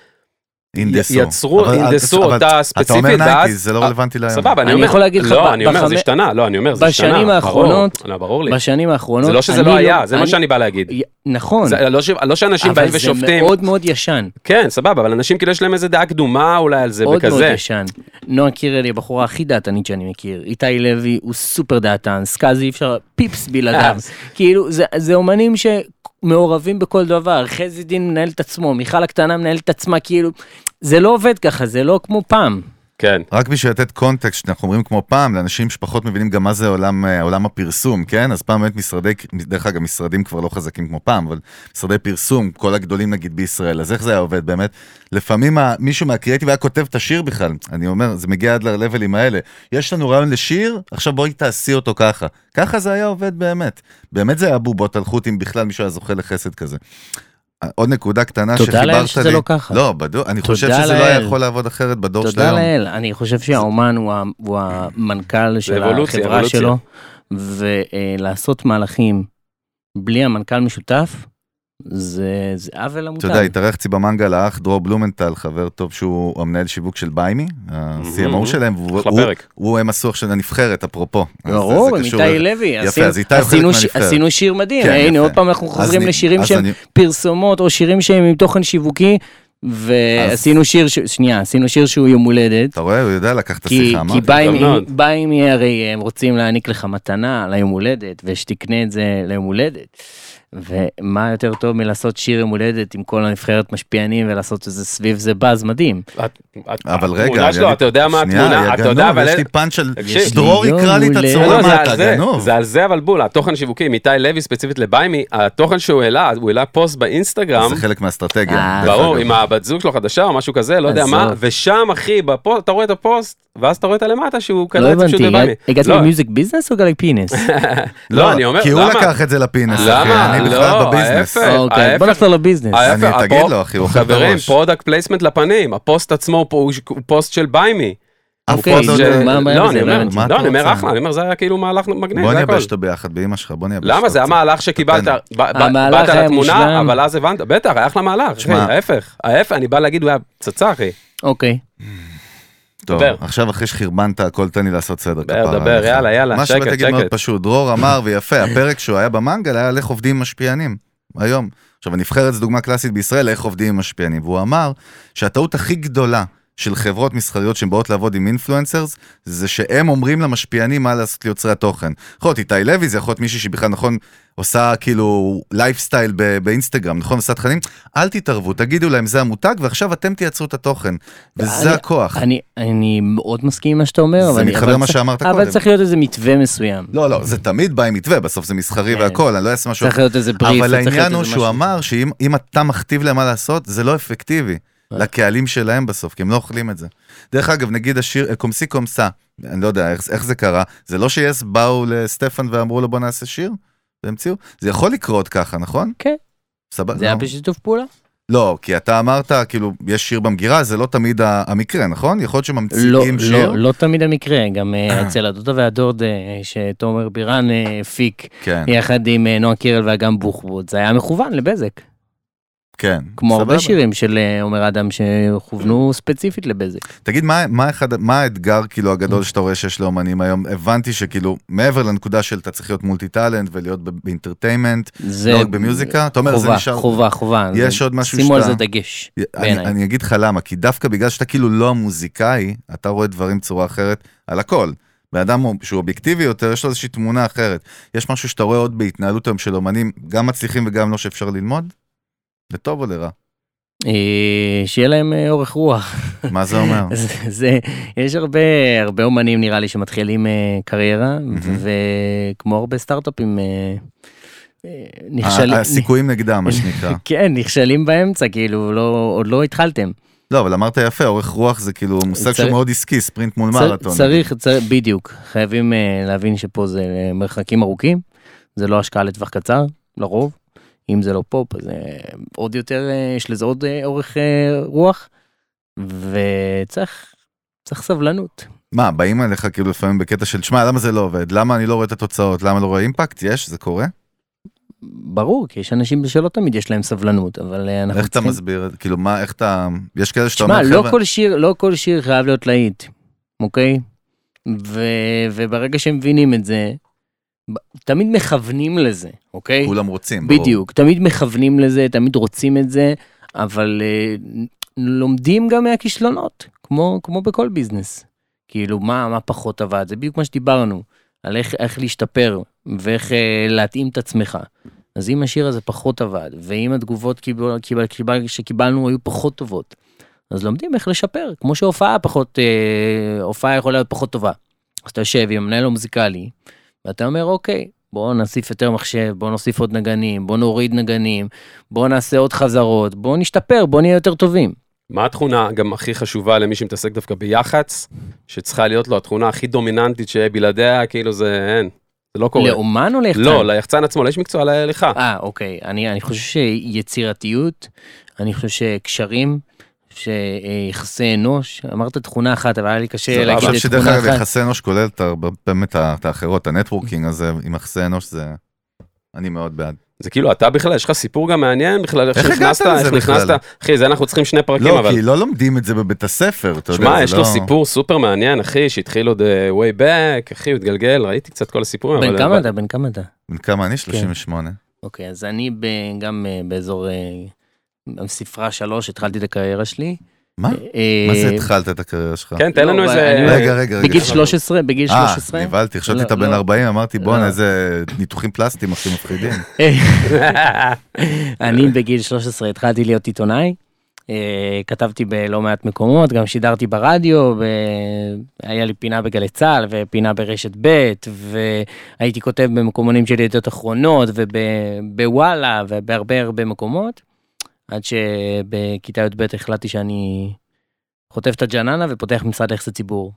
אינדסו.
יצרו,
אבל-
אינדסו
אבל-
אותה
אתה אומר
ספציפית,
נייטיז,
ואז,
זה לא
אה,
רלוונטי להיום.
סבבה, אני
אני
אומר,
יכול להגיד לך,
לא,
ב-
אני אומר, זה
בחמש-
השתנה, לא, אני אומר, זה השתנה,
בשנים
ברור.
האחרונות-
לא, ברור לי,
בשנים האחרונות...
זה לא שזה
אני
לא היה, זה מה
אני-
שאני בא להגיד,
נכון,
זה לא ש- לא שאנשים
אבל
באים
זה
ושופטים,
מאוד מאוד ישן,
כן, סבבה, אבל אנשים כאילו יש להם איזה דעה קדומה אולי על זה
מאוד מאוד
וכזה.
ישן. נועה קירל היא הבחורה הכי דעתנית שאני מכיר, איתי לוי הוא סופר דעתן, סקאזי אי אפשר פיפס בלעדיו,
אז.
כאילו זה- זה אומנים שמעורבים בכל דבר, חזי דין מנהל את עצמו, מיכל הקטנה מנהלת את עצמה, כאילו זה לא עובד ככה, זה לא כמו פעם.
כן.
רק בשביל לתת קונטקסט, שאנחנו אומרים כמו פעם, לאנשים שפחות מבינים גם מה זה עולם, אה, עולם הפרסום, כן? אז פעם באמת משרדי, דרך אגב, משרדים כבר לא חזקים כמו פעם, אבל משרדי פרסום, כל הגדולים נגיד בישראל, אז איך זה היה עובד באמת? לפעמים ה- מישהו מהקריאיטיב היה כותב את השיר בכלל, אני אומר, זה מגיע עד ללבלים האלה. יש לנו רעיון לשיר, עכשיו בואי תעשי אותו ככה. ככה זה היה עובד באמת. באמת זה היה בובות על חוט, אם בכלל מישהו היה זוכה לחסד כזה. אה, עוד נקודה קטנה
תודה
שחיברת לי.
לאל שזה לא ככה.
לא, בדיוק, אני חושב
תודה
שזה לא היה
לאל.
יכול לעבוד אחרת בדור של
תודה
היום.
לאל, אני חושב שהאומן הוא ה- הוא המנכ"ל של
אבולוציה,
החברה
אבולוציה.
שלו, ולעשות מהלכים בלי המנכ"ל משותף, זה זה עוול
אתה
למותר.
יודע, התארחתי במנגל האח דרור בלומנטל, חבר טוב שהוא המנהל שיווק של ביימי, ה-CMO שלהם, והוא-
אחלה
הוא-
פרק.
הוא הם עשו עכשיו לנבחרת, אפרופו. אז זה-
ברור,
זה
עם
קשור
איתי
ל-
לוי,
יפה,
עשינו-
אז איתי הוא חלק
עשינו ש-
מהנבחרת.
עשינו שיר מדהים,
כן,
הנה
יפה.
עוד פעם אנחנו
אז
חוזרים
אני-
לשירים
אז
שהם
אני-
פרסומות או שירים שהם עם תוכן שיווקי, ועשינו שיר, ש- שנייה, עשינו שיר שהוא יום הולדת.
אתה רואה, הוא יודע לקח את
כי,
השיחה,
כי
אמרתי.
ביי
טוב
מי-
מאוד.
ביי מי הרי אה, הם רוצים להעניק לך מתנה ליום הולדת ושתקנה את זה ליום הולדת. ומה יותר טוב מלעשות שיר יום הולדת עם כל הנבחרת משפיענים ולעשות איזה סביב זה באז מדהים.
את- את-
אבל רגע,
התמונה
אני-
שלו, אתה יודע מה
שנייה,
התמונה,
יא
אתה יודע,
גנוב,
אבל...
יש לי פאנץ' של
תקשיב.
דרור
יום
יקרא לי את
הולדת.
לא,
הצורה,
לא, זה
מה
על
אתה
זה,
גנוב?
זה על זה אבל בול, התוכן שיווקי עם איתי לוי ספציפית לביימי, התוכן שהוא העלה, הוא העלה פוסט באינסטגרם,
זה חלק מהאסטרטגיה.
אה.
דרך
ברור,
אגב.
עם הבת זוג שלו חדשה או משהו כזה, לא יודע
עזוב.
מה, ושם אחי, בפוסט, אתה רואה את הפוסט, ואז אתה רואה את הלמטה שהוא
לא
כנראה פשוט
הבנתי,
בביימי.
הגעתי
לא,
למיוזיק ביזנס או גלי פינס?
(laughs) לא, אני אומר,
כי הוא
למה?
לקח את זה לפינס,
למה?
אחי, אני
לא,
בכלל בביזנס.
ההפך.
אוקיי, בוא
ההפך.
נחזור לביזנס.
ההפך,
אני-
הפו-
תגיד לו, אחי, הוא אוכל את
אה, חברים,
הראש.
פרודקט פלייסמנט לפנים, הפוסט עצמו פה הוא ש- הוא פוסט של ביימי.
אף
אוקיי,
אחד
זה-
לא-
מה הבעיה
לא,
בזה?
אני
לא
אומר,
הבנתי.
מה
לא,
אתה
אני אומר
רוצה?
אחלה, אני אומר זה היה כאילו מהלך מגניב,
בוא
זה הכל.
נייבש אותו ביחד, באמא שלך, בוא נייבש אותו.
למה זה היה מהלך שקיבלת,
קטן.
ב- ב-
המהלך
באת
היה
לתמונה,
מושלם.
אבל אז הבנת, בטח, היה אחלה מהלך, אחי,
שמע.
ההפך, ההפך, אני בא להגיד, הוא היה פצצה אחי,
אוקיי.
טוב,
דבר.
עכשיו אחרי שחרבנת הכל, תן לי לעשות סדר.
דבר,
כפרה
דבר,
עליך.
יאללה, יאללה,
מה
שקט,
שבאתי להגיד מאוד
שקט.
פשוט, דרור אמר, ויפה, הפרק שהוא היה במנגל היה על איך עובדים עם משפיענים, היום. עכשיו, הנבחרת זו דוגמה קלאסית בישראל לאיך עובדים עם משפיענים, והוא אמר שהטעות הכי גדולה של חברות מסחריות שהן באות לעבוד עם אינפלואנסרס, זה שהם אומרים למשפיענים מה לעשות ליוצרי התוכן. יכול להיות איתי לוי, זה יכול להיות מישהי שבכלל נכון עושה כאילו לייפסטייל ב- באינסטגרם, נכון? עושה תכנים, אל תתערבו, תגידו להם זה המותג, ועכשיו אתם תייצרו את התוכן. וזה
אני-
הכוח.
אני- אני מאוד מסכים עם מה שאתה אומר, אבל
זה
אני-
מתחבר
אבל
למה
צריך-
שאמרת
אבל
קודם.
צריך להיות איזה מתווה מסוים.
לא, לא, זה תמיד בא עם מתווה, בסוף זה מסחרי
כן.
והכל, אני לא אעשה משהו...
צריך להיות איזה בריף.
אבל
צריך להיות
העניין הוא
איזה
שהוא
משהו.
אמר שאם אם אתה מכתיב להם מה לעשות, זה לא אפקטיבי.
אה.
לקהלים שלהם בסוף, כי הם לא אוכלים את זה. דרך אגב, נגיד השיר אה, קומסי קומסה, אני לא יודע איך, איך זה קרה, זה לא שיס באו לסטפן ואמרו לו בוא נעשה שיר, והמציאו, זה יכול לקרות ככה, נכון?
כן.
סבבה?
זה
לא.
היה בשיתוף פעולה?
לא, כי אתה אמרת, כאילו, יש שיר במגירה, זה לא תמיד ה- המקרה, נכון? יכול להיות
לא,
שממציאים שיר.
לא, לא תמיד המקרה, גם אה, אצל הדודו והדוד אה, שתומר בירן אה, הפיק
כן,
יחד עם אה, נועה קירל ואגם בוחבוט, זה היה מכוון לבזק,
כן.
כמו הרבה
סבבה.
שירים של אה, עומר אדם שכוונו ספציפית לבזק.
תגיד, מה, מה, אחד, מה האתגר כאילו הגדול שאתה רואה שיש לאומנים היום? הבנתי שכאילו, מעבר לנקודה של אתה צריך להיות מולטי טאלנט ולהיות ב- באינטרטיימנט,
זה
לא רק במוזיקה, אתה אומר, זה
חובה,
נשאר...
חובה, חובה.
יש
זה-
עוד משהו
שימו על
שאתה-
זה דגש.
אני,
בעיניי.
אני אגיד לך למה, כי דווקא בגלל שאתה כאילו לא המוזיקאי, אתה רואה דברים בצורה אחרת על הכל. בן אדם הוא- שהוא אובייקטיבי יותר, יש לו איזושהי תמונה אחרת. יש משהו שאתה רואה עוד בהתנהלות היום של אומנים, גם מצליחים וגם לא שאפשר ללמוד? לטוב או לרע?
אה, שיהיה להם אה, אורך רוח.
מה
(laughs)
זה אומר?
זה, זה, יש הרבה, הרבה אומנים נראה לי שמתחילים אה, קריירה, וכמו הרבה סטארט-אפים, אה, אה, נכשלים.
ה- הסיכויים נגדם, מה שנקרא.
כן, נכשלים באמצע, כאילו, לא, עוד לא התחלתם.
לא, אבל אמרת יפה, אורך רוח זה כאילו מושג
צריך-
שהוא מאוד עסקי, ספרינט מול
צר-
מרתון.
צריך, צריך, בדיוק. חייבים אה, להבין שפה זה אה, מרחקים ארוכים, זה לא השקעה לטווח קצר, לרוב. אם זה לא פופ, אז אה, עוד יותר, אה, יש לזה עוד אה, אורך אה, רוח, וצריך צריך סבלנות.
מה, באים אליך כאילו לפעמים בקטע של, שמע, למה זה לא עובד? למה אני לא רואה את התוצאות? למה לא רואה אימפקט? יש, זה קורה?
ברור, כי יש אנשים שלא תמיד יש להם סבלנות, אבל אה, אנחנו
איך אתה
צריכים...
מסביר? את זה? כאילו, מה, איך אתה... יש כאלה שאתה אומר,
תשמע, לא
"חבר'ה,
כל שיר, לא כל שיר חייב להיות להיט, אוקיי? ו, וברגע שמבינים את זה, ב- תמיד מכוונים לזה, אוקיי?
כולם רוצים, ברור.
בדיוק, תמיד מכוונים לזה, תמיד רוצים את זה, אבל אה, לומדים גם מהכישלונות, כמו, כמו בכל ביזנס. כאילו, מה, מה פחות עבד? זה בדיוק מה שדיברנו, על איך, איך להשתפר ואיך אה, להתאים את עצמך. אז אם השיר הזה פחות עבד, ואם התגובות קיבל, קיבל, קיבל, שקיבלנו היו פחות טובות, אז לומדים איך לשפר, כמו שהופעה פחות, אה, הופעה יכולה להיות פחות טובה. אז אתה יושב עם המנהל המוזיקלי, ואתה אומר, אוקיי, בואו נוסיף יותר מחשב, בואו נוסיף עוד נגנים, בואו נוריד נגנים, בואו נעשה עוד חזרות, בואו נשתפר, בואו נהיה יותר טובים.
מה התכונה גם הכי חשובה למי שמתעסק דווקא ביח"צ, שצריכה להיות לו התכונה הכי דומיננטית שבלעדיה, כאילו זה אין, זה לא קורה.
לאומן או ליחצן?
לא, ליחצן עצמו, לאיש מקצוע להליכה.
אה, אוקיי. אני, אני חושב שיצירתיות, אני חושב שקשרים, שיחסי אנוש, אמרת תכונה אחת, אבל היה לי קשה
אני
להגיד
חושב
את
שדרך
תכונה
אגב
אחת.
יחסי אנוש כולל את הרבה- באמת את ה- את האחרות, הנטוורקינג הזה עם יחסי אנוש זה... אני מאוד בעד.
זה כאילו אתה בכלל, יש לך סיפור גם מעניין בכלל, איך
איך הגעת
שנכנסת,
לזה
איך
בכלל?
נכנסת, אחי, זה אנחנו צריכים שני פרקים,
לא,
אבל...
כי לא לומדים את זה בבית הספר, אתה יודע,
שמע,
זה
יש
לא-
לו סיפור סופר מעניין, אחי, שהתחיל עוד אה, way back, אחי, הוא התגלגל, ראיתי קצת כל הסיפורים.
בן
אבל- לא
כמה אתה? בן כמה אתה?
בן כמה
כן.
אני? 38.
אוקיי, אז אני ב, גם אה, באזור אה, ספרה שלוש, התחלתי את הקריירה שלי.
מה?
אה,
מה זה אה, התחלת את הקריירה שלך?
כן, תן
לא,
לנו
אבל
איזה...
אני-
רגע, רגע, רגע.
בגיל 13, בגיל 13.
אה, נבהלתי, חשבתי
לא,
אתה בן
לא.
40, אמרתי
לא.
בואנה איזה ניתוחים פלסטיים הכי מפחידים.
(laughs)
אני בגיל 13 התחלתי להיות עיתונאי. אה, כתבתי בלא מעט מקומות, גם שידרתי ברדיו, ב... היה לי פינה בגלי צה"ל ופינה ברשת ב', והייתי כותב במקומונים של ידיעות אחרונות ובוואלה ובהרבה הרבה מקומות, עד שבכיתה י"ב החלטתי שאני חוטף את הג'ננה ופותח משרד יחסי ציבור.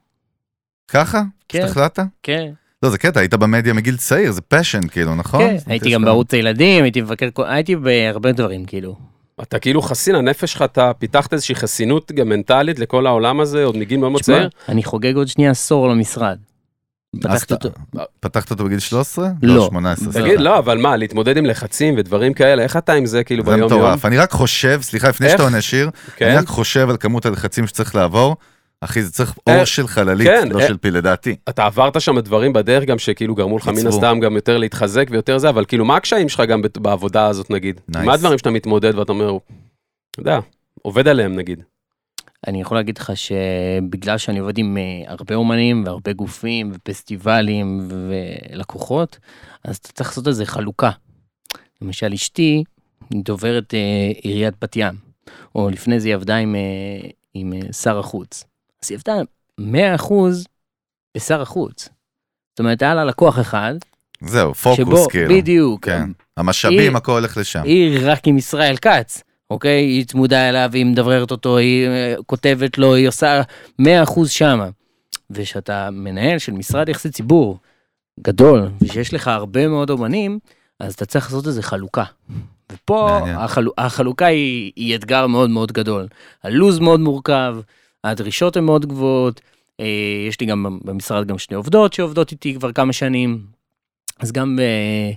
ככה?
כן.
השתכללת?
כן,
לא, זה קטע, היית במדיה מגיל צעיר, זה פשן כאילו, נכון?
כן,
זאת אומרת,
הייתי
יש
גם
לך-
בערוץ הילדים, הייתי מבקר, כל- הייתי בהרבה דברים כאילו.
(laughs) אתה כאילו חסין, הנפש שלך, אתה פיתחת איזושהי חסינות גם מנטלית לכל העולם הזה, עוד מגיל מאוד מאוד
תשמע,
צעיר.
אני חוגג עוד שנייה עשור למשרד.
אז
פתחת
אתה-
אותו.
פתחת אותו בגיל 13?
לא.
18.
בגיל-
תגיד,
סליחה.
לא, אבל מה, להתמודד עם לחצים ודברים כאלה, איך אתה עם זה כאילו
זה
ביום יום?
מטורף. אני רק חושב, סליחה, לפני
איך?
שאתה עונה שיר, אני
כן,
רק חושב על כמות הלחצים שצריך לעבור. אחי, זה צריך
אה,
אור של חללית,
כן,
לא
אה,
של פי, לדעתי.
אתה עברת שם דברים בדרך גם שכאילו גרמו לך מן
ייצרו.
הסתם גם יותר להתחזק ויותר זה, אבל כאילו מה הקשיים שלך גם בת- בעבודה הזאת נגיד?
Nice.
מה הדברים שאתה מתמודד ואתה אומר, אתה יודע, עובד עליהם נגיד.
אני יכול להגיד לך שבגלל שאני עובד עם אה, הרבה אומנים והרבה גופים ופסטיבלים ולקוחות, אז אתה צריך לעשות איזה חלוקה. למשל אשתי היא דוברת אה, עיריית בת ים, או לפני זה היא עבדה עם, אה, עם אה, שר החוץ. אז היא עבדה 100% בשר החוץ. זאת אומרת, היה לה לקוח אחד,
זהו, פוקוס,
שבו,
כאילו.
בדיוק,
כן.
היא-
המשאבים, הכל הולך לשם.
היא רק עם ישראל כץ, אוקיי? היא צמודה אליו, היא מדבררת אותו, היא אה, כותבת לו, היא עושה 100% שמה. וכשאתה מנהל של משרד יחסי ציבור גדול, ושיש לך הרבה מאוד אומנים, אז אתה צריך לעשות איזה חלוקה. ופה
מעניין.
החלו, החלוקה היא, היא אתגר מאוד מאוד גדול. הלו"ז מאוד מורכב, הדרישות הן מאוד גבוהות, אה, יש לי גם במשרד גם שני עובדות שעובדות איתי כבר כמה שנים, אז גם, אה,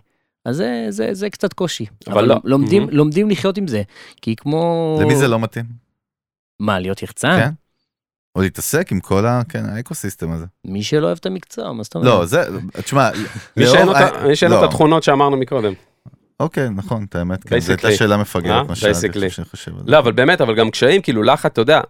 אז זה, זה, זה קצת קושי.
אבל
אבל,
לא.
לומדים,
Mhm.
לומדים לחיות עם זה, כי כמו...
Mm-hmm. למי זה לא מתאים?
מה, להיות יחצן?
כן. או להתעסק עם כל ה... כן, האקוסיסטם הזה.
מי שלא אוהב את המקצוע, מה זאת אומרת?
לא, זה... תשמע,
אה. מי שאין
לאור
לו את ה-
ה-
מי שאין לו
לא.
את התכונות שאמרנו מקודם.
אוקיי, נכון, את האמת, כן. זו
Basically.
הייתה שאלה
אה?
מפגרת, מה שאלתי,
Basically.
עכשיו שאני חושב על זה.
לא, אבל באמת, אבל גם קשיים, כאילו לחץ, אתה יודע,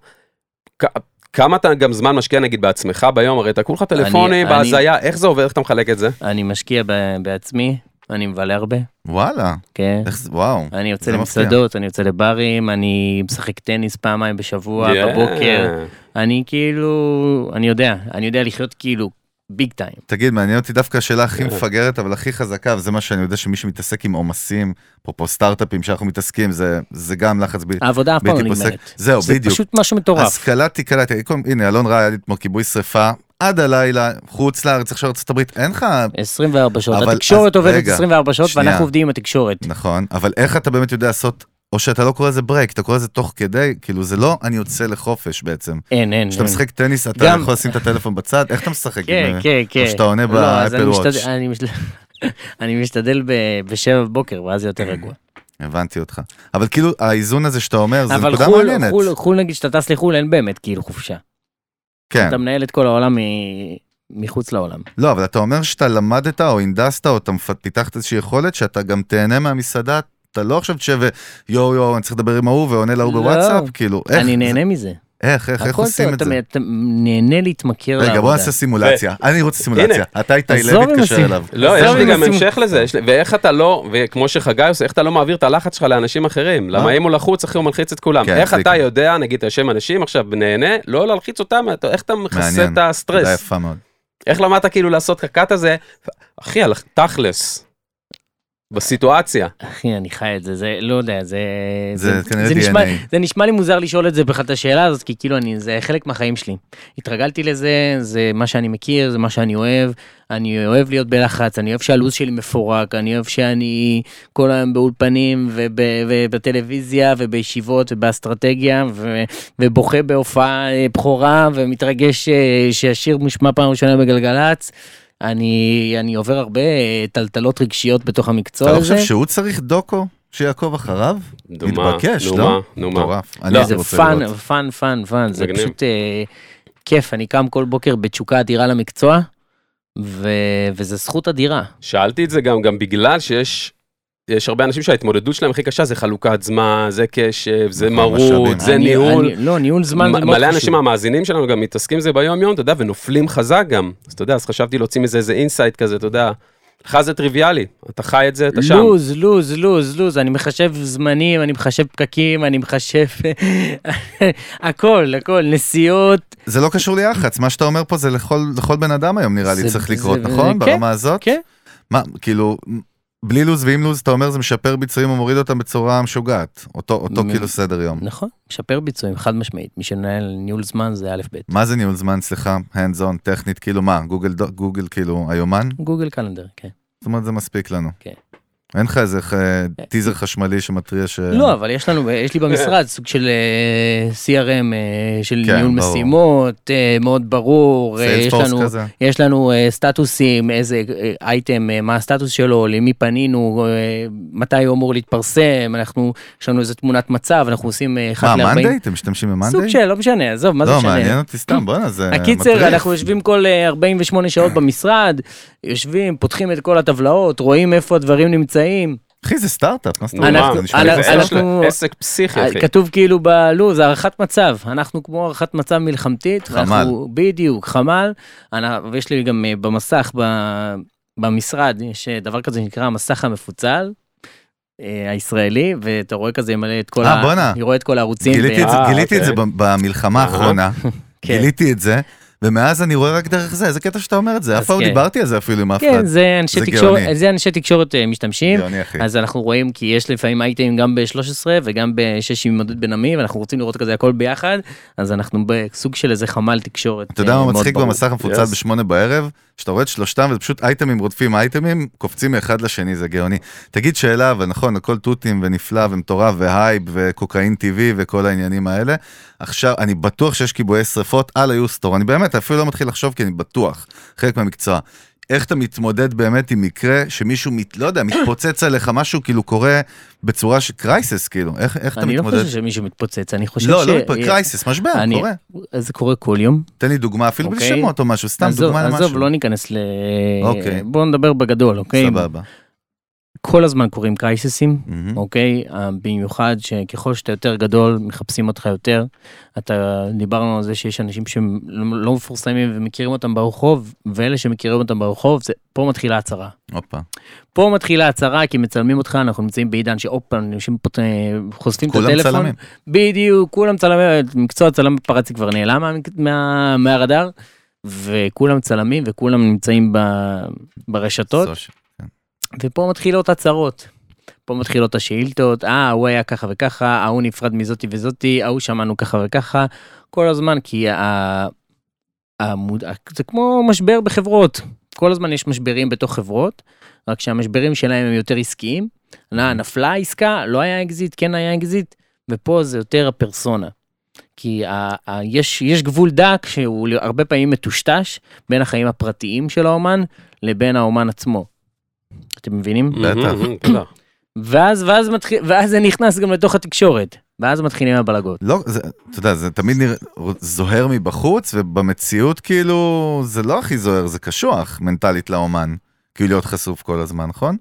כ- כמה אתה גם זמן משקיע נגיד בעצמך ביום, הרי אתה כולך טלפונים,
אני-
בהזיה, איך זה עובד, איך אתה מחלק את זה?
אני משקיע ב- בעצמי, אני מבלה הרבה,
וואלה,
כן.
איך זה... וואו.
אני יוצא
זה מפתיע.
למסעדות, אני יוצא לברים, אני משחק טניס פעמיים בשבוע,
Yeah.
בבוקר. אני כאילו, אני יודע, אני יודע לחיות כאילו ביג טיים.
תגיד, מעניין אותי דווקא השאלה הכי
כן.
מפגרת, אבל הכי חזקה, וזה מה שאני יודע שמי שמתעסק עם עומסים, אפרופו סטארט-אפים שאנחנו מתעסקים, זה- זה גם לחץ בלתי
העבודה אף פעם לא
בלתי פוסק.
נגמרת.
זהו,
זה
בדיוק.
פשוט משהו מטורף.
אז קלטתי, קלטתי, קודם- הנה, אלון רע, היה לי אתמול כיבוי שרפה, עד הלילה, חוץ לארץ, עכשיו ארצות הברית, אין לך...
24 שעות.
אבל-
התקשורת
אז-
עובדת
רגע,
24 שעות
שנייה.
ואנחנו עובדים עם התקשורת.
נכון, אבל איך אתה באמת יודע לעשות, או שאתה לא קורא לזה ברייק, אתה קורא לזה תוך כדי, כאילו זה לא אני יוצא לחופש בעצם.
אין, אין.
כשאתה
אין.
משחק טניס, אתה
כן. גם-
יכול לשים את הטלפון בצד, איך אתה משחק?
כן,
עם- אה,
כן, כן.
או שאתה עונה
לא, אז אני
באפל וואץ'.
משתדל- אני משתדל- (laughs) אני משתדל ב- בשבע בבוקר, ואז זה יותר
כן.
רגוע.
הבנתי אותך. אבל כאילו, האיזון הזה שאתה אומר, זו
אבל
נקודה
חו"ל,
מעניינת.
חו"ל- חו"ל, נגיד, כשאתה טס לחו"ל, אין באמת כאילו חופשה.
כן.
אתה מנהל את כל העולם מ- מחוץ לעולם.
לא, אבל אתה אומר שאתה למדת או הנדסת או אתה מפ- פיתחת איזושהי יכולת שאתה גם תהנה מהמסעדה, אתה לא עכשיו תשב ויואו יואו, אני צריך לדבר עם ההוא ועונה להוא
לא.
בוואטסאפ, כאילו, איך?
אני
זה-
נהנה מזה.
איך, איך, איך
הכל
עושים
טוב,
את
אתה-
זה?
אתה נהנה להתמכר לעבודה.
רגע, בוא נעשה סימולציה. אני רוצה סימולציה. אתה איתי
עזוב
לוי,
עם
תתקשר
הסימ-
אליו.
לא,
עזוב
יש לי
עם
גם
הסימ-
המשך לזה, יש לי- ואיך אתה לא, וכמו שחגי עושה, איך אתה לא מעביר את הלחץ שלך לאנשים אחרים? למה
אה?
אם הוא לחוץ, אחי, הוא מלחיץ את כולם.
כן,
איך
זה
אתה
כן.
יודע, נגיד, אתה יושב עם אנשים עכשיו, נהנה, לא להלחיץ אותם, אתה- איך אתה מכסה
מעניין.
את
תודה
הסטרס?
יפה מאוד.
איך למדת כאילו לעשות קקת הזה? אחי, הלך- תכלס, בסיטואציה.
אחי, אני חי את זה, זה לא יודע, זה...
זה כנראה
זה נשמע,
DNA.
זה נשמע לי מוזר לשאול את זה בכלל את השאלה הזאת, כי כאילו אני, זה חלק מהחיים שלי. התרגלתי לזה, זה מה שאני מכיר, זה מה שאני אוהב, אני אוהב להיות בלחץ, אני אוהב שהלו"ז שלי מפורק, אני אוהב שאני כל היום באולפנים וב, ובטלוויזיה ובישיבות ובאסטרטגיה, ו, ובוכה בהופעה אה, בכורה ומתרגש אה, שהשיר מושמע פעם ראשונה בגלגלצ. אני, אני עובר הרבה אה, טלטלות רגשיות בתוך המקצוע
אתה
הזה.
לא חושב שהוא צריך דוקו שיעקוב אחריו?
נו מה,
מתבקש,
נו
לא?
מה, נו מה.
מטורף. אני
לא,
הייתי
זה
רוצה
פאן,
לראות.
פאן, פאן, פאן, זה
מגניב.
פשוט אה, כיף, אני קם כל בוקר בתשוקה אדירה למקצוע, ו- וזה זכות אדירה.
שאלתי את זה גם, גם בגלל שיש... יש הרבה אנשים שההתמודדות שלהם הכי קשה זה חלוקת זמן, זה קשב, זה
נכון,
מרות,
משאבים.
זה
אני-
ניהול.
אני- לא, ניהול זמן זה
מ-
מאוד
מלא אנשים
חשוב.
מהמאזינים שלנו גם מתעסקים עם זה ביום יום, אתה יודע, ונופלים חזק גם. אז אתה יודע, אז חשבתי להוציא מזה איזה אינסייט כזה, אתה יודע. לך זה טריוויאלי, אתה חי את זה, אתה שם.
לוז, לוז, לוז, לוז, אני מחשב זמנים, אני מחשב פקקים, אני מחשב (laughs) הכל, הכל, נסיעות.
זה לא קשור ליח"צ, מה שאתה אומר פה זה לכל לכל בן אדם היום נראה לי
זה-
צריך
זה-
לקרות,
זה-
נכון?
כן,
ברמה הזאת?
כן.
מה, כאילו, בלי לוז ועם לוז אתה אומר זה משפר ביצועים ומוריד אותם בצורה משוגעת. אותו אותו
מ-
כאילו סדר יום.
נכון, משפר ביצועים, חד משמעית, מי שמנהל ניהול זמן זה א' ב'.
מה זה ניהול זמן, סליחה, hands on, טכנית, כאילו מה, גוגל, דו- גוגל כאילו היומן?
גוגל קלנדר, כן.
זאת אומרת זה מספיק לנו.
כן.
אין לך איזה אה, טיזר חשמלי שמתריע ש...
לא, אבל יש לנו, יש לי במשרד סוג של אה, CRM, אה, של
כן,
ניהול
ברור.
משימות, אה, מאוד ברור, אה, יש
סיילספורס
לנו-
כזה.
יש לנו אה, סטטוסים, איזה אה, אייטם, אה, מה הסטטוס שלו, למי פנינו, אה, מתי הוא אמור להתפרסם, אנחנו, יש לנו איזה תמונת מצב, אנחנו עושים אה,
מה,
אחת ל-40.
מאנדיי? אתם משתמשים במאנדיי?
סוג של, לא משנה, עזוב, מה זה
לא,
משנה.
מעניין אותי סתם, בואנה, זה
הקיצר,
מטריף. כן.
אנחנו יושבים כל אה, 48 שעות במשרד, יושבים, פותחים את כל הטבלאות, רואים איפה הדברים נמצאים.
אחי, זה סטארט-אפ, מה זאת
נו, מה,
אומרת?
אנחנו-
זה נשמע לי
אנחנו-
זה
בסדר.
יש לה-
אנחנו-
עסק פסיכי, אחי.
כתוב כאילו בלו"ז, הערכת מצב, אנחנו כמו הערכת מצב מלחמתית.
חמ"ל.
אנחנו- בדיוק, חמ"ל. אנ- ויש לי גם אה, במסך, ב- במשרד, יש אה, דבר כזה שנקרא המסך המפוצל. אה, הישראלי ואתה רואה כזה מלא את כל,
אה,
ה-
בואנה.
אני רואה את כל הערוצים.
גיליתי את זה-
אה,
גיליתי את זה
אוקיי.
ב- במלחמה
אה.
האחרונה,
כן.
גיליתי את זה, ומאז אני רואה רק דרך זה, איזה קטע שאתה אומר את זה,
אז
אף פעם לא
כן.
דיברתי על זה אפילו עם אף אחד.
כן, זה אנשי
זה
תקשורת,
גאוני.
זה אנשי תקשורת אה, משתמשים.
גאוני, אחי.
אז אנחנו רואים כי יש לפעמים אייטמים גם ב-13 וגם ב-6 עם עודד בן עמי ואנחנו רוצים לראות כזה הכל ביחד אז אנחנו בסוג של איזה חמ"ל תקשורת.
אתה יודע
אה,
מה
מאוד
מצחיק
ברור.
במסך המפוצל
Yes.
בשמונה בערב? שאתה רואה את שלושתם וזה פשוט אייטמים רודפים אייטמים, קופצים מאחד לשני, זה גאוני. תגיד שאלה, ונכון, הכל תותים ונפלא ומטורף והייב וקוקאין טבעי וכל העניינים האלה. עכשיו, אני בטוח שיש כיבויי שרפות על היוסטור, אני באמת אפילו לא מתחיל לחשוב כי אני בטוח, חלק מהמקצוע. איך אתה מתמודד באמת עם מקרה שמישהו, מת, לא יודע, מתפוצץ עליך, משהו כאילו קורה בצורה של קרייסס, כאילו, איך, איך אתה
אני לא
מתמודד?
חושב שמישהו מתפוצץ אני חושב
לא,
ש... אה,
לא, מתפוצץ, קרייסס, משבר,
אני-
קורה.
זה קורה כל יום.
תן לי דוגמה, אפילו בלי
אוקיי.
שמות או משהו, סתם
עזוב,
דוגמה למשהו.
עזוב, לא ניכנס ל...
אוקיי.
בוא נדבר בגדול, אוקיי?
סבבה. Mm-hmm.
כל הזמן קורים קרייססים,
מהמם.
אוקיי? אה, במיוחד שככל שאתה יותר גדול, מחפשים אותך יותר. אתה, דיברנו על זה שיש אנשים שהם לא לא מפורסמים ומכירים אותם ברחוב, ואלה שמכירים אותם ברחוב, זה, פה מתחילה הצהרה.
הופה.
פה מתחילה הצהרה, כי מצלמים אותך, אנחנו נמצאים בעידן שעוד פעם אנשים פות- אה, חושפים את
כולם
הטלפון.
צלמים.
בדיוק, כולם צלמים, מקצוע צלם פרצי כבר נעלם מה, מה, מהרדאר, וכולם צלמים וכולם נמצאים ב, ברשתות.
סוש.
ופה מתחילות הצהרות. פה מתחילות השאילתות, אה, הוא היה ככה וככה, ההוא נפרד מזאתי וזאתי, ההוא שמענו ככה וככה, כל הזמן, כי ה... המוד... זה כמו משבר בחברות. כל הזמן יש משברים בתוך חברות, רק שהמשברים שלהם הם יותר עסקיים. נע, נפלה העסקה, לא היה אקזיט, כן היה אקזיט, ופה זה יותר הפרסונה. כי ה- ה- יש, יש גבול דק שהוא הרבה פעמים מטושטש בין החיים הפרטיים של האומן לבין האומן עצמו. אתם מבינים?
מהמם,
בטח.
מהמם, תודה.
ואז, ואז, מתחיל, ואז זה נכנס גם לתוך התקשורת, ואז מתחילים הבלגות.
לא, זה- אתה יודע, זה תמיד נראה זוהר מבחוץ, ובמציאות כאילו, זה לא הכי זוהר, זה קשוח מנטלית לאומן. כאילו להיות חשוף כל הזמן, נכון?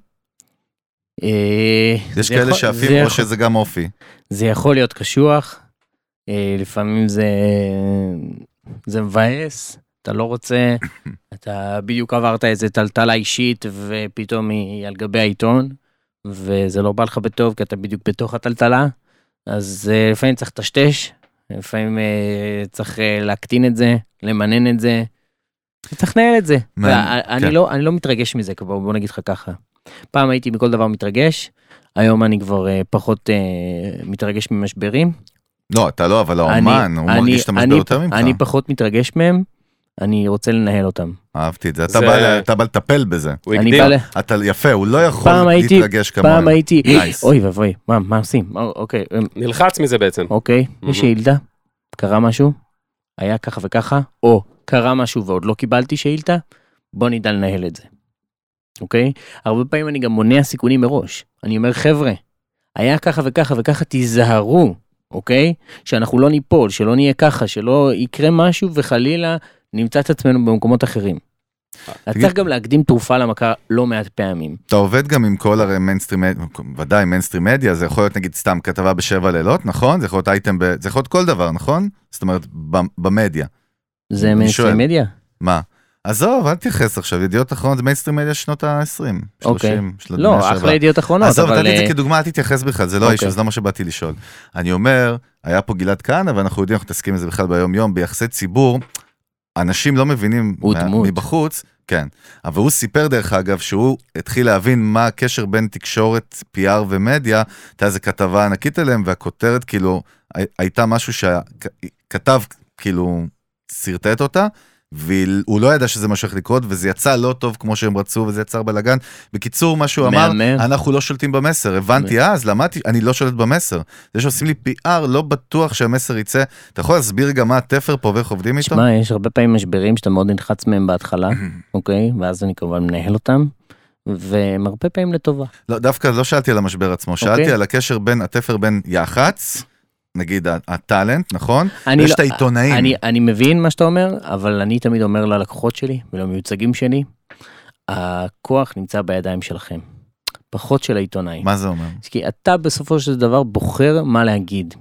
אה,
יש
זה
כאלה
יכול-
שעפים
אה, זה
או
יכול- לא,
שזה גם אופי.
זה יכול להיות קשוח, אה, לפעמים זה, זה מבאס, אתה לא
(coughs)
רוצה, אתה בדיוק עברת איזה טלטלה אישית ופתאום היא על גבי העיתון, וזה לא בא לך בטוב כי אתה בדיוק בתוך הטלטלה, אז אה, לפעמים צריך לטשטש, לפעמים אה, צריך אה, להקטין את זה, למנן את זה. צריך לנהל את זה.
מעניין,
ואני
כן.
לא, אני לא מתרגש מזה כבר, בוא נגיד לך ככה. פעם הייתי מכל דבר מתרגש, היום אני כבר אה, פחות אה, מתרגש ממשברים.
לא, אתה לא, אבל האומן, הוא
אני-
מרגיש את המשבר
אני-
יותר ממך.
אני פחות מתרגש מהם, אני רוצה לנהל אותם.
אהבתי את זה. אתה
זה-
בא ל- אתה בא לטפל בזה.
הוא
אני
הגדיר,
בא ל-
אתה יפה, הוא לא יכול
פעם הייתי-
להתרגש כמוהם.
פעם הייתי,
Nice.
אוי ואבוי, מה מה עושים? אה, אוקיי, אה,
נלחץ מזה בעצם.
אוקיי, יש שאילתה, קרה משהו, היה ככה וככה, או קרה משהו ועוד לא קיבלתי שאילתה, בוא נדע לנהל את זה. אוקיי? הרבה פעמים אני גם מונע סיכונים מראש. אני אומר, חבר'ה, היה ככה וככה וככה, תיזהרו, אוקיי? שאנחנו לא ניפול, שלא נהיה ככה, שלא יקרה משהו וחלילה נמצא את עצמנו במקומות אחרים. אתה
תגיד-
צריך גם להקדים תרופה למכה לא מעט פעמים.
אתה עובד גם עם כל הרי מיינסטרים, מד- ודאי מיינסטרים מדיה, זה יכול להיות נגיד סתם כתבה בשבע לילות, נכון? זה יכול להיות אייטם, ב... זה יכול להיות כל דבר, נכון? זאת אומרת, ב- במדיה.
זה
אני
מיינסטרים
שואל.
מדיה?
מה? עזוב, אל תתייחס עכשיו, ידיעות אחרונות זה מיינסטרים מדיה שנות ה-20, 30, של המאה
לא,
שעברה.
אחלה ידיעות אחרונות,
עזוב,
אבל...
נתתי את זה
אה,
כדוגמה, אל תתייחס בכלל, זה לא
אוקיי.
האישו, זה לא מה שבאתי לשאול. אני אומר, היה פה גלעד כהנא, ואנחנו יודעים, אנחנו מתעסקים בזה בכלל ביום-יום, ביחסי ציבור, אנשים לא מבינים
הוא
מה-
דמות.
מבחוץ, כן. אבל הוא סיפר, דרך אגב, שהוא התחיל להבין מה הקשר בין תקשורת, PR ומדיה, הייתה איזו כתבה ענקית עליהם, והכותרת כאילו, הי- הייתה משהו שכתב, כאילו, שרטט אותה. והוא לא ידע שזה מה שהולך לקרות, וזה יצא לא טוב כמו שהם רצו, וזה יצר בלאגן. בקיצור, מה שהוא אמר,
מהמם.
אנחנו לא שולטים במסר, הבנתי אז, למדתי, אני לא שולט במסר. זה שעושים לי PR, לא בטוח שהמסר יצא. אתה יכול להסביר גם מה התפר פה ואיך עובדים איתו?
תשמע, יש הרבה פעמים משברים שאתה מאוד נלחץ
(laughs)
מהם בהתחלה, אוקיי? ואז אני כמובן מנהל אותם, והם הרבה פעמים לטובה.
לא, דווקא לא שאלתי על המשבר עצמו, שאלתי
אוקיי.
על הקשר בין, התפר בין יח"צ, נגיד ה- הטאלנט, נכון?
אני
יש
לא-
את העיתונאים.
אני, אני מבין מה שאתה אומר, אבל אני תמיד אומר ללקוחות שלי ולמיוצגים שלי, הכוח נמצא בידיים שלכם, פחות של העיתונאי.
מה זה אומר?
כי אתה בסופו של דבר בוחר מה להגיד.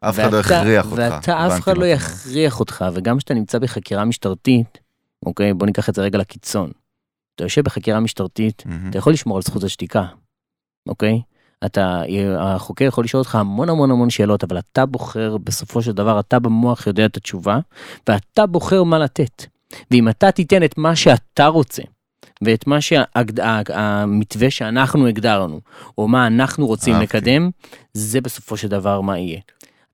אף אחד לא
ואתה-
הכריח אותך.
ואתה אף
הבנתי
אחד
מה
לא
אתה אומר.
יכריח אותך, וגם כשאתה נמצא בחקירה משטרתית, אוקיי, בוא ניקח את זה רגע לקיצון. אתה יושב בחקירה משטרתית,
מהמם.
אתה יכול לשמור על זכות השתיקה, אוקיי? אתה, החוקר יכול לשאול אותך המון המון המון שאלות, אבל אתה בוחר, בסופו של דבר, אתה במוח יודע את התשובה, ואתה בוחר מה לתת. ואם אתה תיתן את מה שאתה רוצה, ואת מה שהמתווה שאנחנו הגדרנו, או מה אנחנו רוצים
אהבתי.
לקדם, זה בסופו של דבר מה יהיה.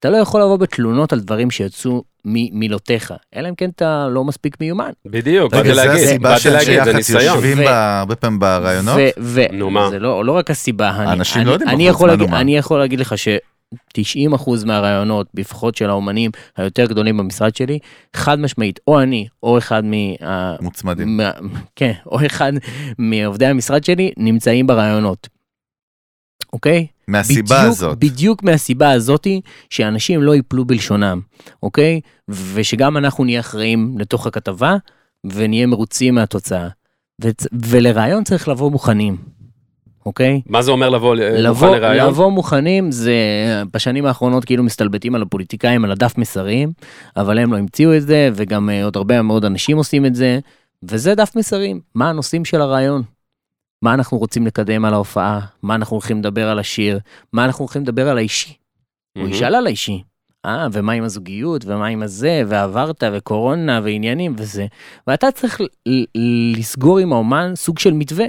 אתה לא יכול לבוא בתלונות על דברים שיצאו ממילותיך, אלא אם כן אתה לא מספיק מיומן.
בדיוק, באתי
רגע, זה
להגיד,
הסיבה
באתי
שאנשי
להגיד, זה
יח"צ
ניסיון.
יושבים
ו-
ב- הרבה פעמים ברעיונות?
ו- ו-
נו, מה?
זה לא, לא רק הסיבה. אני,
האנשים
אני,
לא יודעים
אני
בחוץ,
יכול
מה,
להגיד,
נו, מה?
אני יכול להגיד לך ש-90% מהרעיונות, בפחות של האומנים היותר גדולים במשרד שלי, חד משמעית, או אני, או אחד מה...
מוצמדים.
מה... כן, או אחד מעובדי המשרד שלי, נמצאים ברעיונות. אוקיי?
מהסיבה
בדיוק,
הזאת.
בדיוק מהסיבה הזאתי, שאנשים לא ייפלו בלשונם, אוקיי? ושגם אנחנו נהיה אחראים לתוך הכתבה, ונהיה מרוצים מהתוצאה. וצ- ולרעיון צריך לבוא מוכנים, אוקיי?
מה זה אומר לבוא אה, מוכן
לבוא,
לראיון?
לבוא מוכנים זה בשנים האחרונות כאילו מסתלבטים על הפוליטיקאים על הדף מסרים אבל הם לא המציאו את זה וגם אה, עוד הרבה מאוד אנשים עושים את זה וזה דף מסרים מה הנושאים של הרעיון. מה אנחנו רוצים לקדם על ההופעה מה אנחנו הולכים לדבר על השיר מה אנחנו הולכים לדבר על האישי. הוא
מהמם. כן?
ישאל על האישי. אה, ומה עם הזוגיות, ומה עם הזה, ועברת, וקורונה, ועניינים, וזה. ואתה צריך ל- ל- לסגור עם האומן סוג של מתווה.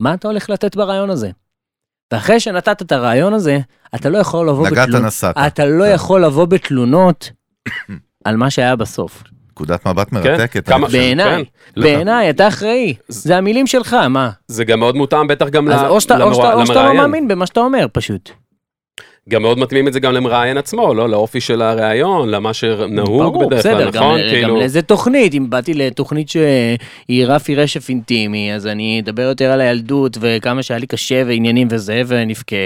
מה אתה הולך לתת ברעיון הזה? ואחרי שנתת את הרעיון הזה, אתה לא יכול לבוא
נגעת
בתלונות.
נסעת,
אתה לא
כן.
יכול לבוא בתלונות על מה שהיה בסוף.
נקודת מבט
כן,
מרתקת. אני
כמה-
חושב.
בעיניי,
לא.
בעיניי, אתה אחראי. זה המילים שלך, מה?
זה גם מאוד מותאם בטח גם ל-
אז או שאתה או שאתה- או שאתה לא
למראיין.
מאמין במה שאתה אומר, פשוט.
גם מאוד מתאימים את זה גם למראיין עצמו, לא? לאופי של הראיון, למה שנהוג
ברור,
בדרך כלל,
בסדר, גם-
נכון?
גם
כאילו,
לאיזה תוכנית, אם באתי לתוכנית שהיא רפי רשף אינטימי, אז אני אדבר יותר על הילדות וכמה שהיה לי קשה ועניינים וזה, ונבכה,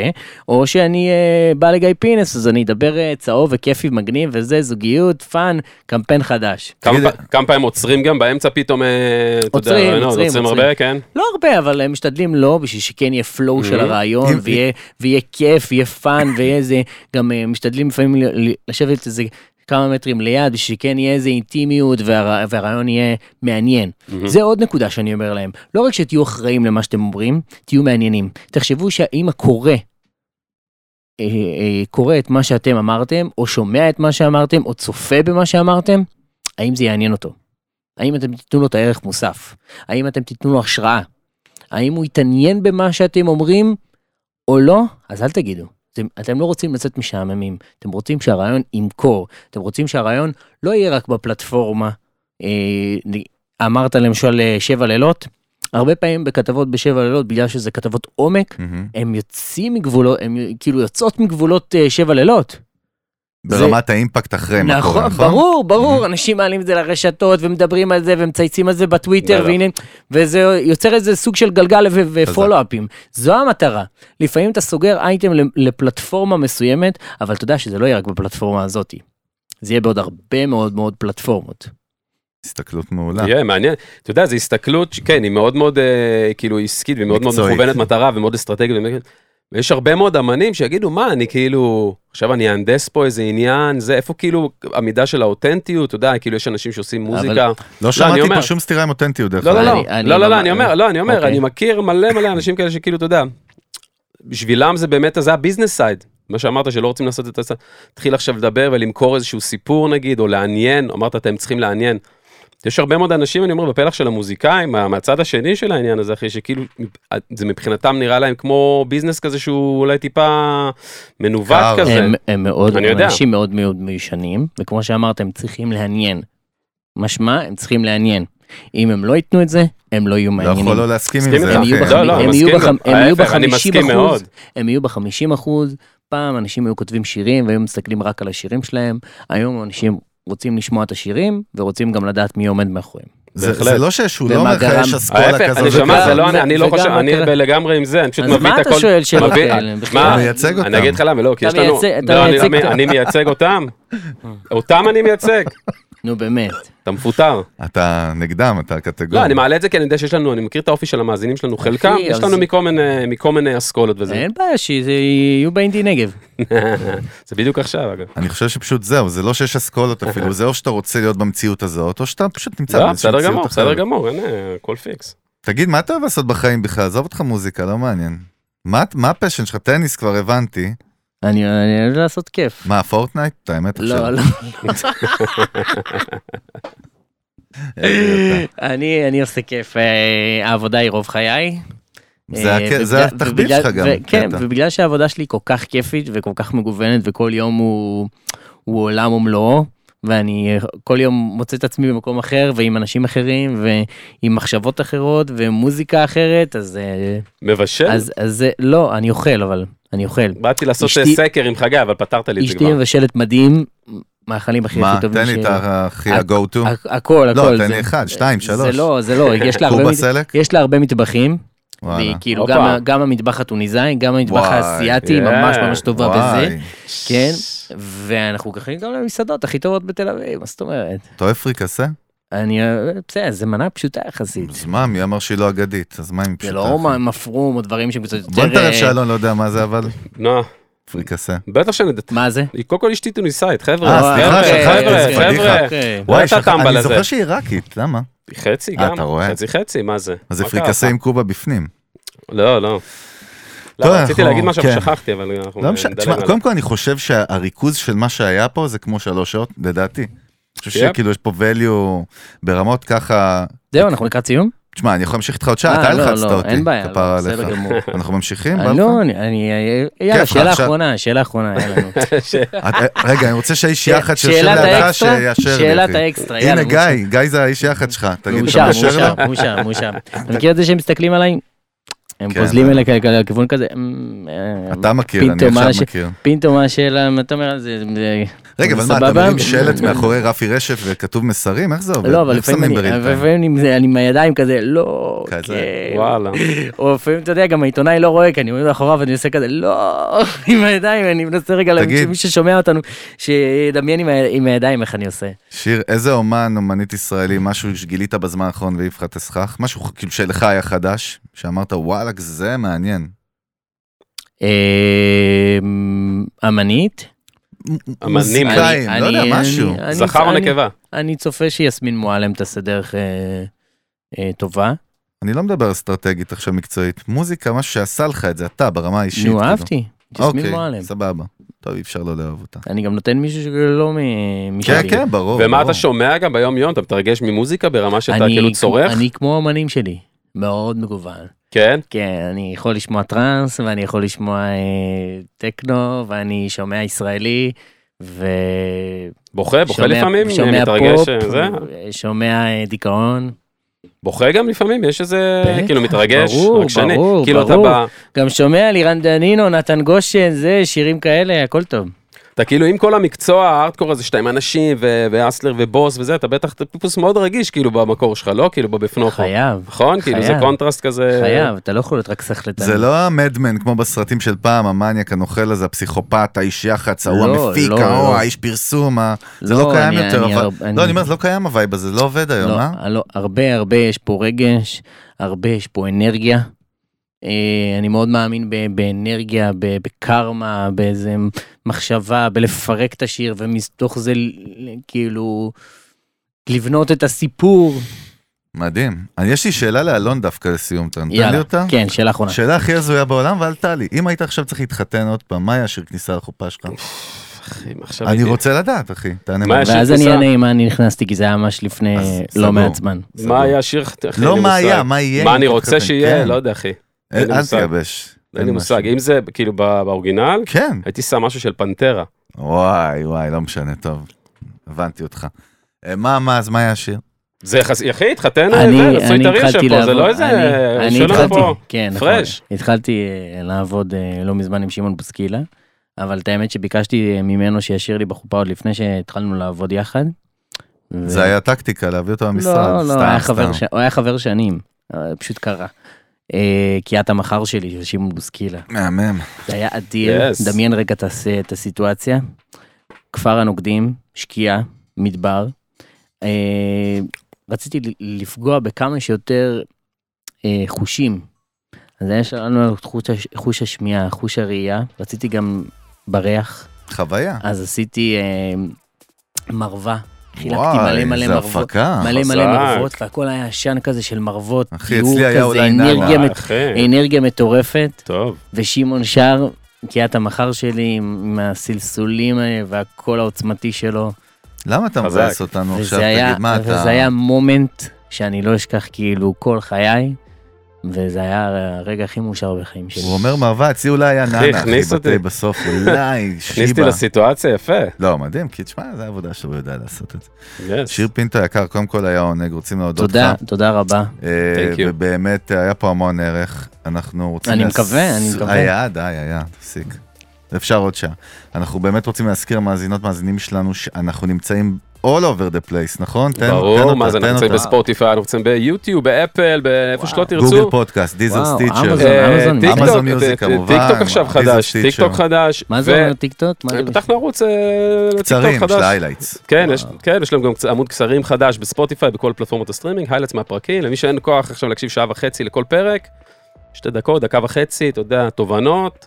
או שאני אה, בא לגיא פינס, אז אני אדבר אה, צהוב וכיפי מגניב וזה, זוגיות, פאן, קמפיין חדש.
כמה
תגיד-
פע- כמה פעמים עוצרים גם באמצע פתאום, אה, אתה יודע,
עוצרים,
רעיונות,
עוצרים,
עוצרים
עוצרים.
הרבה, כן?
לא
Mm-hmm.
הרבה, אבל הם משתדלים לא, בשביל שכן יהיה פלואו של הרעיון,
אם-
ויהיה- ויהיה כיף, יהיה פאן, יהיה איזה, גם אה, משתדלים לפעמים ל- ל- לשבת איזה כמה מטרים ליד, בשביל שכן יהיה איזה אינטימיות והר- והרעיון יהיה מעניין. זה עוד נקודה שאני אומר להם, לא רק שתהיו אחראים למה שאתם אומרים, תהיו מעניינים. תחשבו שאם הקורא אה, אה, קורא את מה שאתם אמרתם, או שומע את מה שאמרתם, או צופה במה שאמרתם, האם זה יעניין אותו? האם אתם תיתנו לו את הערך מוסף? האם אתם תיתנו לו השראה? האם הוא יתעניין במה שאתם אומרים, או לא? אז אל תגידו. אתם, אתם לא רוצים לצאת משעממים, אתם רוצים שהרעיון ימכור, אתם רוצים שהרעיון לא יהיה רק בפלטפורמה. אה, נ- אמרת למשל אה, שבע לילות, הרבה פעמים בכתבות בשבע לילות, בגלל שזה כתבות עומק,
מהמם.
הם יוצאים מגבולות, הם כאילו יוצאות מגבולות אה, שבע לילות. זה-
ברמת האימפקט אחרי מה
נכון,
קורה, נכון?
ברור, ברור, אנשים מעלים את זה לרשתות ומדברים על זה ומצייצים על זה בטוויטר
בטח.
והנה, וזה יוצר איזה סוג של גלגל ו- ופולו-אפים. זו המטרה. לפעמים אתה סוגר אייטם ל- לפלטפורמה מסוימת, אבל אתה יודע שזה לא יהיה רק בפלטפורמה הזאת. זה יהיה בעוד הרבה מאוד מאוד פלטפורמות.
הסתכלות מעולה.
יהיה מעניין, אתה יודע, זו הסתכלות, ש- כן, היא מאוד מאוד אה, כאילו עסקית ומאוד מאוד
מקצועית.
מכוונת מטרה ומאוד אסטרטגית. ומאוד- ויש הרבה מאוד אמנים שיגידו, מה, אני כאילו, עכשיו אני אהנדס פה איזה עניין, זה איפה כאילו המידה של האותנטיות, אתה יודע, כאילו יש אנשים שעושים מוזיקה.
לא
אני
שמעתי
אומר-
פה שום סתירה עם אותנטיות דרך
לא, לא,
אגב.
לא,
אני-
לא, לא,
אני-
לא, אני אומר, לא, אני אומר,
אוקיי.
אני מכיר מלא מלא אנשים כאלה שכאילו, אתה יודע, בשבילם זה באמת, זה הביזנס סייד. מה שאמרת שלא רוצים לעשות את זה, תתחיל עכשיו לדבר ולמכור איזשהו סיפור נגיד, או לעניין, אמרת אתם צריכים לעניין. יש הרבה מאוד אנשים, אני אומר, בפלח של המוזיקאים, מה- מהצד השני של העניין הזה, אחי, שכאילו, זה מבחינתם נראה להם כמו ביזנס כזה שהוא אולי טיפה מנווט
קר.
כזה.
הם, הם מאוד,
אני יודע.
אנשים מאוד מאוד מיושנים, וכמו שאמרת, הם צריכים לעניין. משמע, הם צריכים לעניין. אם הם לא ייתנו את זה, הם לא יהיו
לא
מעניינים.
יכול לא להסכים עם
מסכים
זה,
איתך.
אחי.
כן, הם יהיו בחמ-
לא, לא, אני
הם יהיו
מסכים.
בחמ- הם יהיו
ההפך, אני
בחמישים
מסכים מאוד.
אחוז, הם יהיו בחמישים אחוז, פעם אנשים היו כותבים שירים והיו מסתכלים רק על השירים שלהם, היום אנשים רוצים לשמוע את השירים ורוצים גם לדעת מי עומד מאחוריהם.
זה
בהחלט.
זה לא שהוא לא
ומה
אומר לך
גרם-
יש אסכולה
ההפך, אני
כזאת.
שמע, זה
וכזאת.
לא, אני- אני לא
וגם
חושב, אני
הקרא-
לגמרי עם זה, אני פשוט
אז
מביא את הכל.
מה אתה שואל שאלות
מביא-
כאלה? בכלל?
מה,
אתה מייצג אותם.
אני אגיד לך למה, לא, כי
אתה
יש לנו,
מייצג- אתה
לא, אני-
מייצג אותם.
אני מייצג אותם, אותם אני מייצג,
נו באמת.
אתה מפוטר.
אתה נגדם, אתה קטגור.
לא, אני מעלה את זה כי אני יודע שיש לנו, אני מכיר את האופי של המאזינים שלנו, חלקם,
אחי,
יש
אז-
לנו מכל מיני- מכל מיני אסכולות וזה.
אין בעיה שזה יהיו באינדי נגב. אה?
(laughs) זה בדיוק עכשיו, אגב.
אני חושב שפשוט זהו, זה לא שיש אסכולות אפילו, זה או שאתה רוצה להיות במציאות הזאת, או שאתה פשוט נמצא
אוקיי. לא,
באיזושהי
בסדר גמור,
מציאות
בסדר
אחרת.
גמור, אין, אה, הכל פיקס.
תגיד, מה אתה אוהב לעשות בחיים בכלל? עזוב אותך מוזיקה, לא מעניין. מה מה הפשן שלך? טניס כבר הבנתי.
אני אני אוהב לעשות כיף.
מה, פורטנייט? את האמת
לא,
עכשיו. (laughs)
לא,
איזה אתה.
אני אני עושה כיף, אה, העבודה היא רוב חיי.
זה
אה,
הכ- זה
ובגלל-
התחביב
ובגלל-
שלך גם.
ו- כן,
קטע.
ובגלל שהעבודה שלי כל כך כיפית וכל כך מגוונת וכל יום הוא הוא עולם ומלואו, ואני אה, כל יום מוצא את עצמי במקום אחר ועם אנשים אחרים ועם מחשבות אחרות ומוזיקה אחרת, אז אה,
כן.
מבשל?
אז- אז זה- לא, אני אוכל, אבל אני אוכל.
באתי לעשות
אשתי-
אה, סקר עם חגי, אבל פתרת לי את זה
אשתי
כבר.
מבשלת מדהים, מאכלים הכי אה,
מה,
הכי טובים
תן לי את הכי
הכ-
ה-go to.
הכ- הכל, הכל.
לא, תן
זה-
לי אחד, שתיים,
זה
שלוש.
לא, זה לא, יש לה הרבה
קובה
מת-
סלק?
יש לה הרבה מטבחים. והיא
וואלה.
כאילו
הופה.
גם, ה- גם המטבח הטוניסאי, גם המטבח
וואי, כן.
האסייתי,
yeah.
ממש ממש טובה בזה,
וואי,
כן, ואנחנו ככה גם למסעדות הכי טובות בתל אביב, מה זאת אומרת?
אתה אוהב פריקסה?
אני, אה, בסדר, זה מנה פשוטה יחסית.
אז מה, מי אמר שהיא לא אגדית? אז מה אם היא
זה
פשוטה?
לא מפרום או דברים שהם קצת יותר...
בוא נתערב
אה,
שאלון לא יודע מה זה, אבל
נו,
פריקסה.
בטח שאני...
מה זה?
היא קודם כל אשתי טוניסאית, חבר'ה,
אה, סליחה,
חבר'ה,
שכחתי,
חבר'ה,
זה פדיחה.
חבר'ה.
אוקיי.
וואי,
וואי,
אתה
שכח-
הטמבל
אני
הזה.
זוכר שהיא עיראקית, למה? אה,
חצי גם,
אתה רואה?
חצי חצי, מה זה?
אז זה
מה קרה?
פריקסה עם קובה בפנים.
לא, לא. לא,
טוב,
רציתי
אנחנו-
להגיד משהו, אבל
כן.
שכחתי, אבל אנחנו
לא משנה,
נדלג
תשמע,
עליו.
קודם כל אני חושב שהריכוז של מה שהיה פה זה כמו שלוש שעות, לדעתי. אני חושב
יפ.
שכאילו יש פה value ברמות ככה,
זהו, אנחנו לקראת סיום?
תשמע, אני יכול להמשיך איתך עוד
אה,
שעה, אתה
לא,
הלחצת
לא,
אותי,
אין בעיה, לא,
כפרה
בסדר
עליך. (laughs)
גמור.
אנחנו ממשיכים?
אה,
בא לך?
לא, אני- אני... אה, יאללה,
כיף לך
שאלה
עכשיו.
אחרונה, שאלה אחרונה, יאללה.
(laughs)
נו.
את- אה, רגע, אני רוצה שהאיש יח"צ שיושב
כן, שאלת
לידך
האקסטרה?
שיאשר לי.
שאלת
אחי.
האקסטרה, יאללה.
הנה גיא, גיא זה האיש יח"צ שלך, תגיד,
מאושר,
אתה מאשר
מאושר,
לו?
מאושר, מאושר. אתה מכיר את זה שהם מסתכלים עליי? הם
כן,
פוזלים
זה-
אליי כאלה כאלה, לכיוון כזה, "אמ, אה,
אתה מכיר, אני
פינטו, מה ש-
עכשיו מכיר.
פינטו מה השאלה, מה אתה אומר על זה? זה-
רגע, אבל מה, אתה
סבבה?
מרים שלט מאחורי רפי רשף וכתוב מסרים? איך זה עובד?
לא, אבל
איך
לפעמים
שמים
אני-
ב-real time?
אבל לפעמים אני- זה- אני עם הידיים כזה, לא,
כזה,
כן."
(laughs) וואלה.
או לפעמים, אתה יודע, גם העיתונאי לא רואה, כי אני עומד מאחוריו ואני עושה כזה, לא, (laughs) עם הידיים, אני מנסה רגע,
תגיד.
שמי ששומע אותנו, שידמיין עם ה- עם הידיים איך אני עושה.
שיר, איזה אומן, אומנית ישראלי, משהו שגילית בזמן האחרון והעיף לך את הסכך? משהו כאילו שלך היה חדש, שאמרת וואלכ, זה מעניין.
אה, אמנית.
אמנים,
מוזיקאי. שתיים, לא יודע, משהו.
אני-
זכר או
אני-
נקבה?
אני צופה שיסמין מועלם תעשה דרך אה, אה, טובה.
אני לא מדבר אסטרטגית עכשיו מקצועית, מוזיקה, משהו שעשה לך את זה, אתה ברמה האישית.
נו,
כאילו.
אהבתי. יסמין מועלם.
אוקיי, סבבה. טוב, אי אפשר לא לאהוב אותה.
אני גם נותן מישהו שלא
כן,
משלי.
כן, ברור.
ומה
ברור.
אתה שומע גם ביום יום? אתה מתרגש ממוזיקה ברמה שאתה
אני-
כאילו צורך?
אני כמו האמנים שלי, מאוד מגוון.
כן?
כן, אני יכול לשמוע טראנס, ואני יכול לשמוע אה, טכנו, ואני שומע ישראלי, ו...
בוכה? בוכה
שומע-
לפעמים? אה,
שומע
מתרגש?
פופ,
זה?
שומע אה, דיכאון.
בוכה גם לפעמים? יש איזה...
בטח,
כאילו מתרגש?
ברור,
רגשני?
ברור,
כאילו אתה
ברור.
בא...
גם שומע לירן דנינו, נתן גושן, זה, שירים כאלה, הכל טוב.
אתה כאילו עם כל המקצוע הארדקור הזה שאתה עם אנשים ו- ואסלר ובוס וזה, אתה בטח אתה טיפוס מאוד רגיש כאילו במקור שלך, לא? כאילו בבפנוכו.
חייב,
נכון? כאילו זה
חייב.
קונטרסט כזה.
חייב, אתה לא יכול להיות רק סחלטן.
זה לא המדמן כמו בסרטים של פעם, המניאק הנוכל הזה, הפסיכופת, האיש יח"צ, ההוא
לא,
המפיק,
לא,
ההוא,
לא.
האיש פרסום, ה- זה לא קיים
אני-
יותר,
אני
אבל...
הר-
לא, אני אומר, זה לא קיים הווייב הזה, זה לא עובד היום, אה?
לא, לא, הרבה הרבה יש פה רגש, הרבה יש פה אנרגיה. אה, אני מאוד מאמין ב- באנרגיה, ב- בקרמה, באיזה מחשבה, בלפרק את השיר ומתוך זה ל- כאילו לבנות את הסיפור.
מדהים. אני- יש לי שאלה לאלון דווקא לסיום, אתה נותן לי
יאללה,
אותה?
כן, שאלה אחרונה.
שאלה הכי הזויה בעולם, ואל תעלי. אם היית עכשיו צריך להתחתן עוד פעם, מה היה שיר כניסה לחופה שלך?
אחי, מה עכשיו
אני
הייתי-
רוצה לדעת, אחי. תענה
מה
מה.
יש לי
ואז אני
תפיסה?
אענה עם מה אני נכנסתי, כי זה היה ממש לפני
אז
אה,
סגור.
לא מעט זמן.
מה היה השיר? אחי, אין
לא
לי
מה
מושג.
היה, מה יהיה.
מה
אם
אני
אתה
רוצה
מתחתן?
שיהיה?
כן.
לא יודע, אחי. אין לי
אל
מושג.
תגבש.
אין לי מושג.
משהו.
אם זה כאילו בא- באורגינל,
כן.
הייתי שם משהו של פנטרה.
וואי, וואי, לא משנה, טוב. הבנתי אותך. אה, מה, מה, אז מה היה השיר?
זה יחס... אחי, התחתן,
אני
זה, נשוי את
אני
הריר
התחלתי
שפה, זה
לעבוד,
לא איזה...
אני- אני
שלא
התחלתי,
פה.
כן, נכון,
fresh.
התחלתי אה, לעבוד אה, לא מזמן עם שמעון בוסקילה, אבל את האמת שביקשתי אה, ממנו שישאיר לי בחופה עוד לפני שהתחלנו לעבוד יחד. ו-
זה היה טקטיקה להביא אותו למשרד.
לא, לא,
סתם,
היה
סתם.
חבר ש- הוא היה חבר שנים, אבל פשוט קרה. אה, כי את המחר שלי של שמעון בוסקילה.
מהמם.
זה היה אדיר,
Yes.
דמיין רגע את הס- את הסיטואציה. כפר הנוקדים, שקיעה, מדבר. אה, רציתי ל- לפגוע בכמה שיותר אה, חושים. אז יש לנו את חוש, הש- חוש השמיעה, חוש הראייה, רציתי גם בריח,
חוויה.
אז עשיתי אה, מרווה. חילקתי מלא
וואי,
מלא
איזה
מרבות,
הפקה.
מלא
חזק.
מלא מרבות, והכל היה עשן כזה של מרבות,
אחי,
תיאור
אצלי היה
כזה,
אולי
אנרגיה
נעליים.
מט-
אחי,
אנרגיה מטורפת.
טוב.
ושמעון שר, כי את המחר שלי עם עם הסלסולים האלה והקול העוצמתי שלו.
למה אתה
חזק.
מבאס אותנו עכשיו?
וזה היה,
תגיד, מה אתה...
וזה היה מומנט שאני לא אשכח כאילו כל חיי, וזה היה הרגע הכי מאושר בחיים שלי.
הוא אומר מרווה, אצלי אולי היה נאנה, אחי,
הכניס אותי.
בתי
(laughs)
בסוף, אולי,
הכניסתי
שיבה.
לסיטואציה, יפה.
לא, מדהים, כי תשמע, זו העבודה שהוא יודע לעשות את זה.
Yes.
שיר פינטו יקר, קודם כל היה עונג, רוצים להודות לך.
תודה, תודה רבה.
אה,
Thank you.
ובאמת אה, היה פה המון ערך, אנחנו רוצים... אה,
אני מקווה, אני מקווה.
היה, די, היה, תפסיק. אפשר עוד שעה. אנחנו באמת רוצים להזכיר מאזינות, מאזינים שלנו, שאנחנו נמצאים all over the place, נכון? תן- תן
ברור,
אותה,
מה זה,
תן
אנחנו נמצאים
אותה. אה,
בספוטיפיי, אנחנו נמצאים ביוטיוב, באפל, באיפה שלא
גוגל
תרצו.
פודקאסט, דיזר
וואו,
סטיצ'ר.
אמזון.
אה,
אמזון,
טיקטוק,
אמזון מיוזיק,
אה,
כמובן,
טיקטוק עכשיו
דיזל
חדש,
סטיצ'ר.
טיקטוק חדש.
מה זה
ו-
אומר טיקטוק? מה זה אומר?
פתחנו ערוץ אה,
קצרים,
לטיקטוק
של
חדש.
ההיילייטס.
כן, יש- כן, יש להם גם קצ- עמוד קצרים חדש בספוטיפיי, בכל פלטפורמות הסטרימינג, היילץ מהפרקים, למי שאין כוח עכשיו להקשיב שעה וחצי לכל פרק, שתי דקות, דקה וחצי, אתה יודע, תובנות,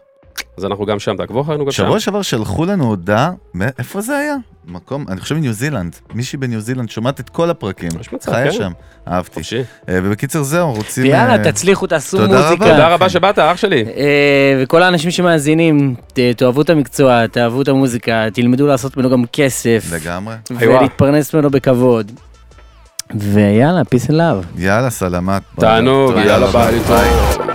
אז אנחנו גם שם, תעקבו אחרינו גם שם.
שבוע שעבר שלחו לנו הודעה, מא- איפה זה היה? מקום, אני חושב ניו זילנד. מישהי בניו זילנד שומעת את כל הפרקים.
יש מצב,
חיה
כן.
שם, אהבתי.
חופשי.
אה, ובקיצר זהו, רוצים... אה,
יאללה, תצליחו, תעשו
תודה רבה.
מוזיקה.
תודה רבה שבאת, אח שלי.
כן, אה, וכל האנשים שמאזינים, ת- תאהבו את המקצוע, תאהבו את המוזיקה, תלמדו לעשות ממנו גם כסף,
לגמרי.
איואה.
ולהתפרנס ממנו בכבוד. ויאללה, peace and love.
יאללה, סלמת.
תענוג,
תודה
יאללה
רבה.
ביי.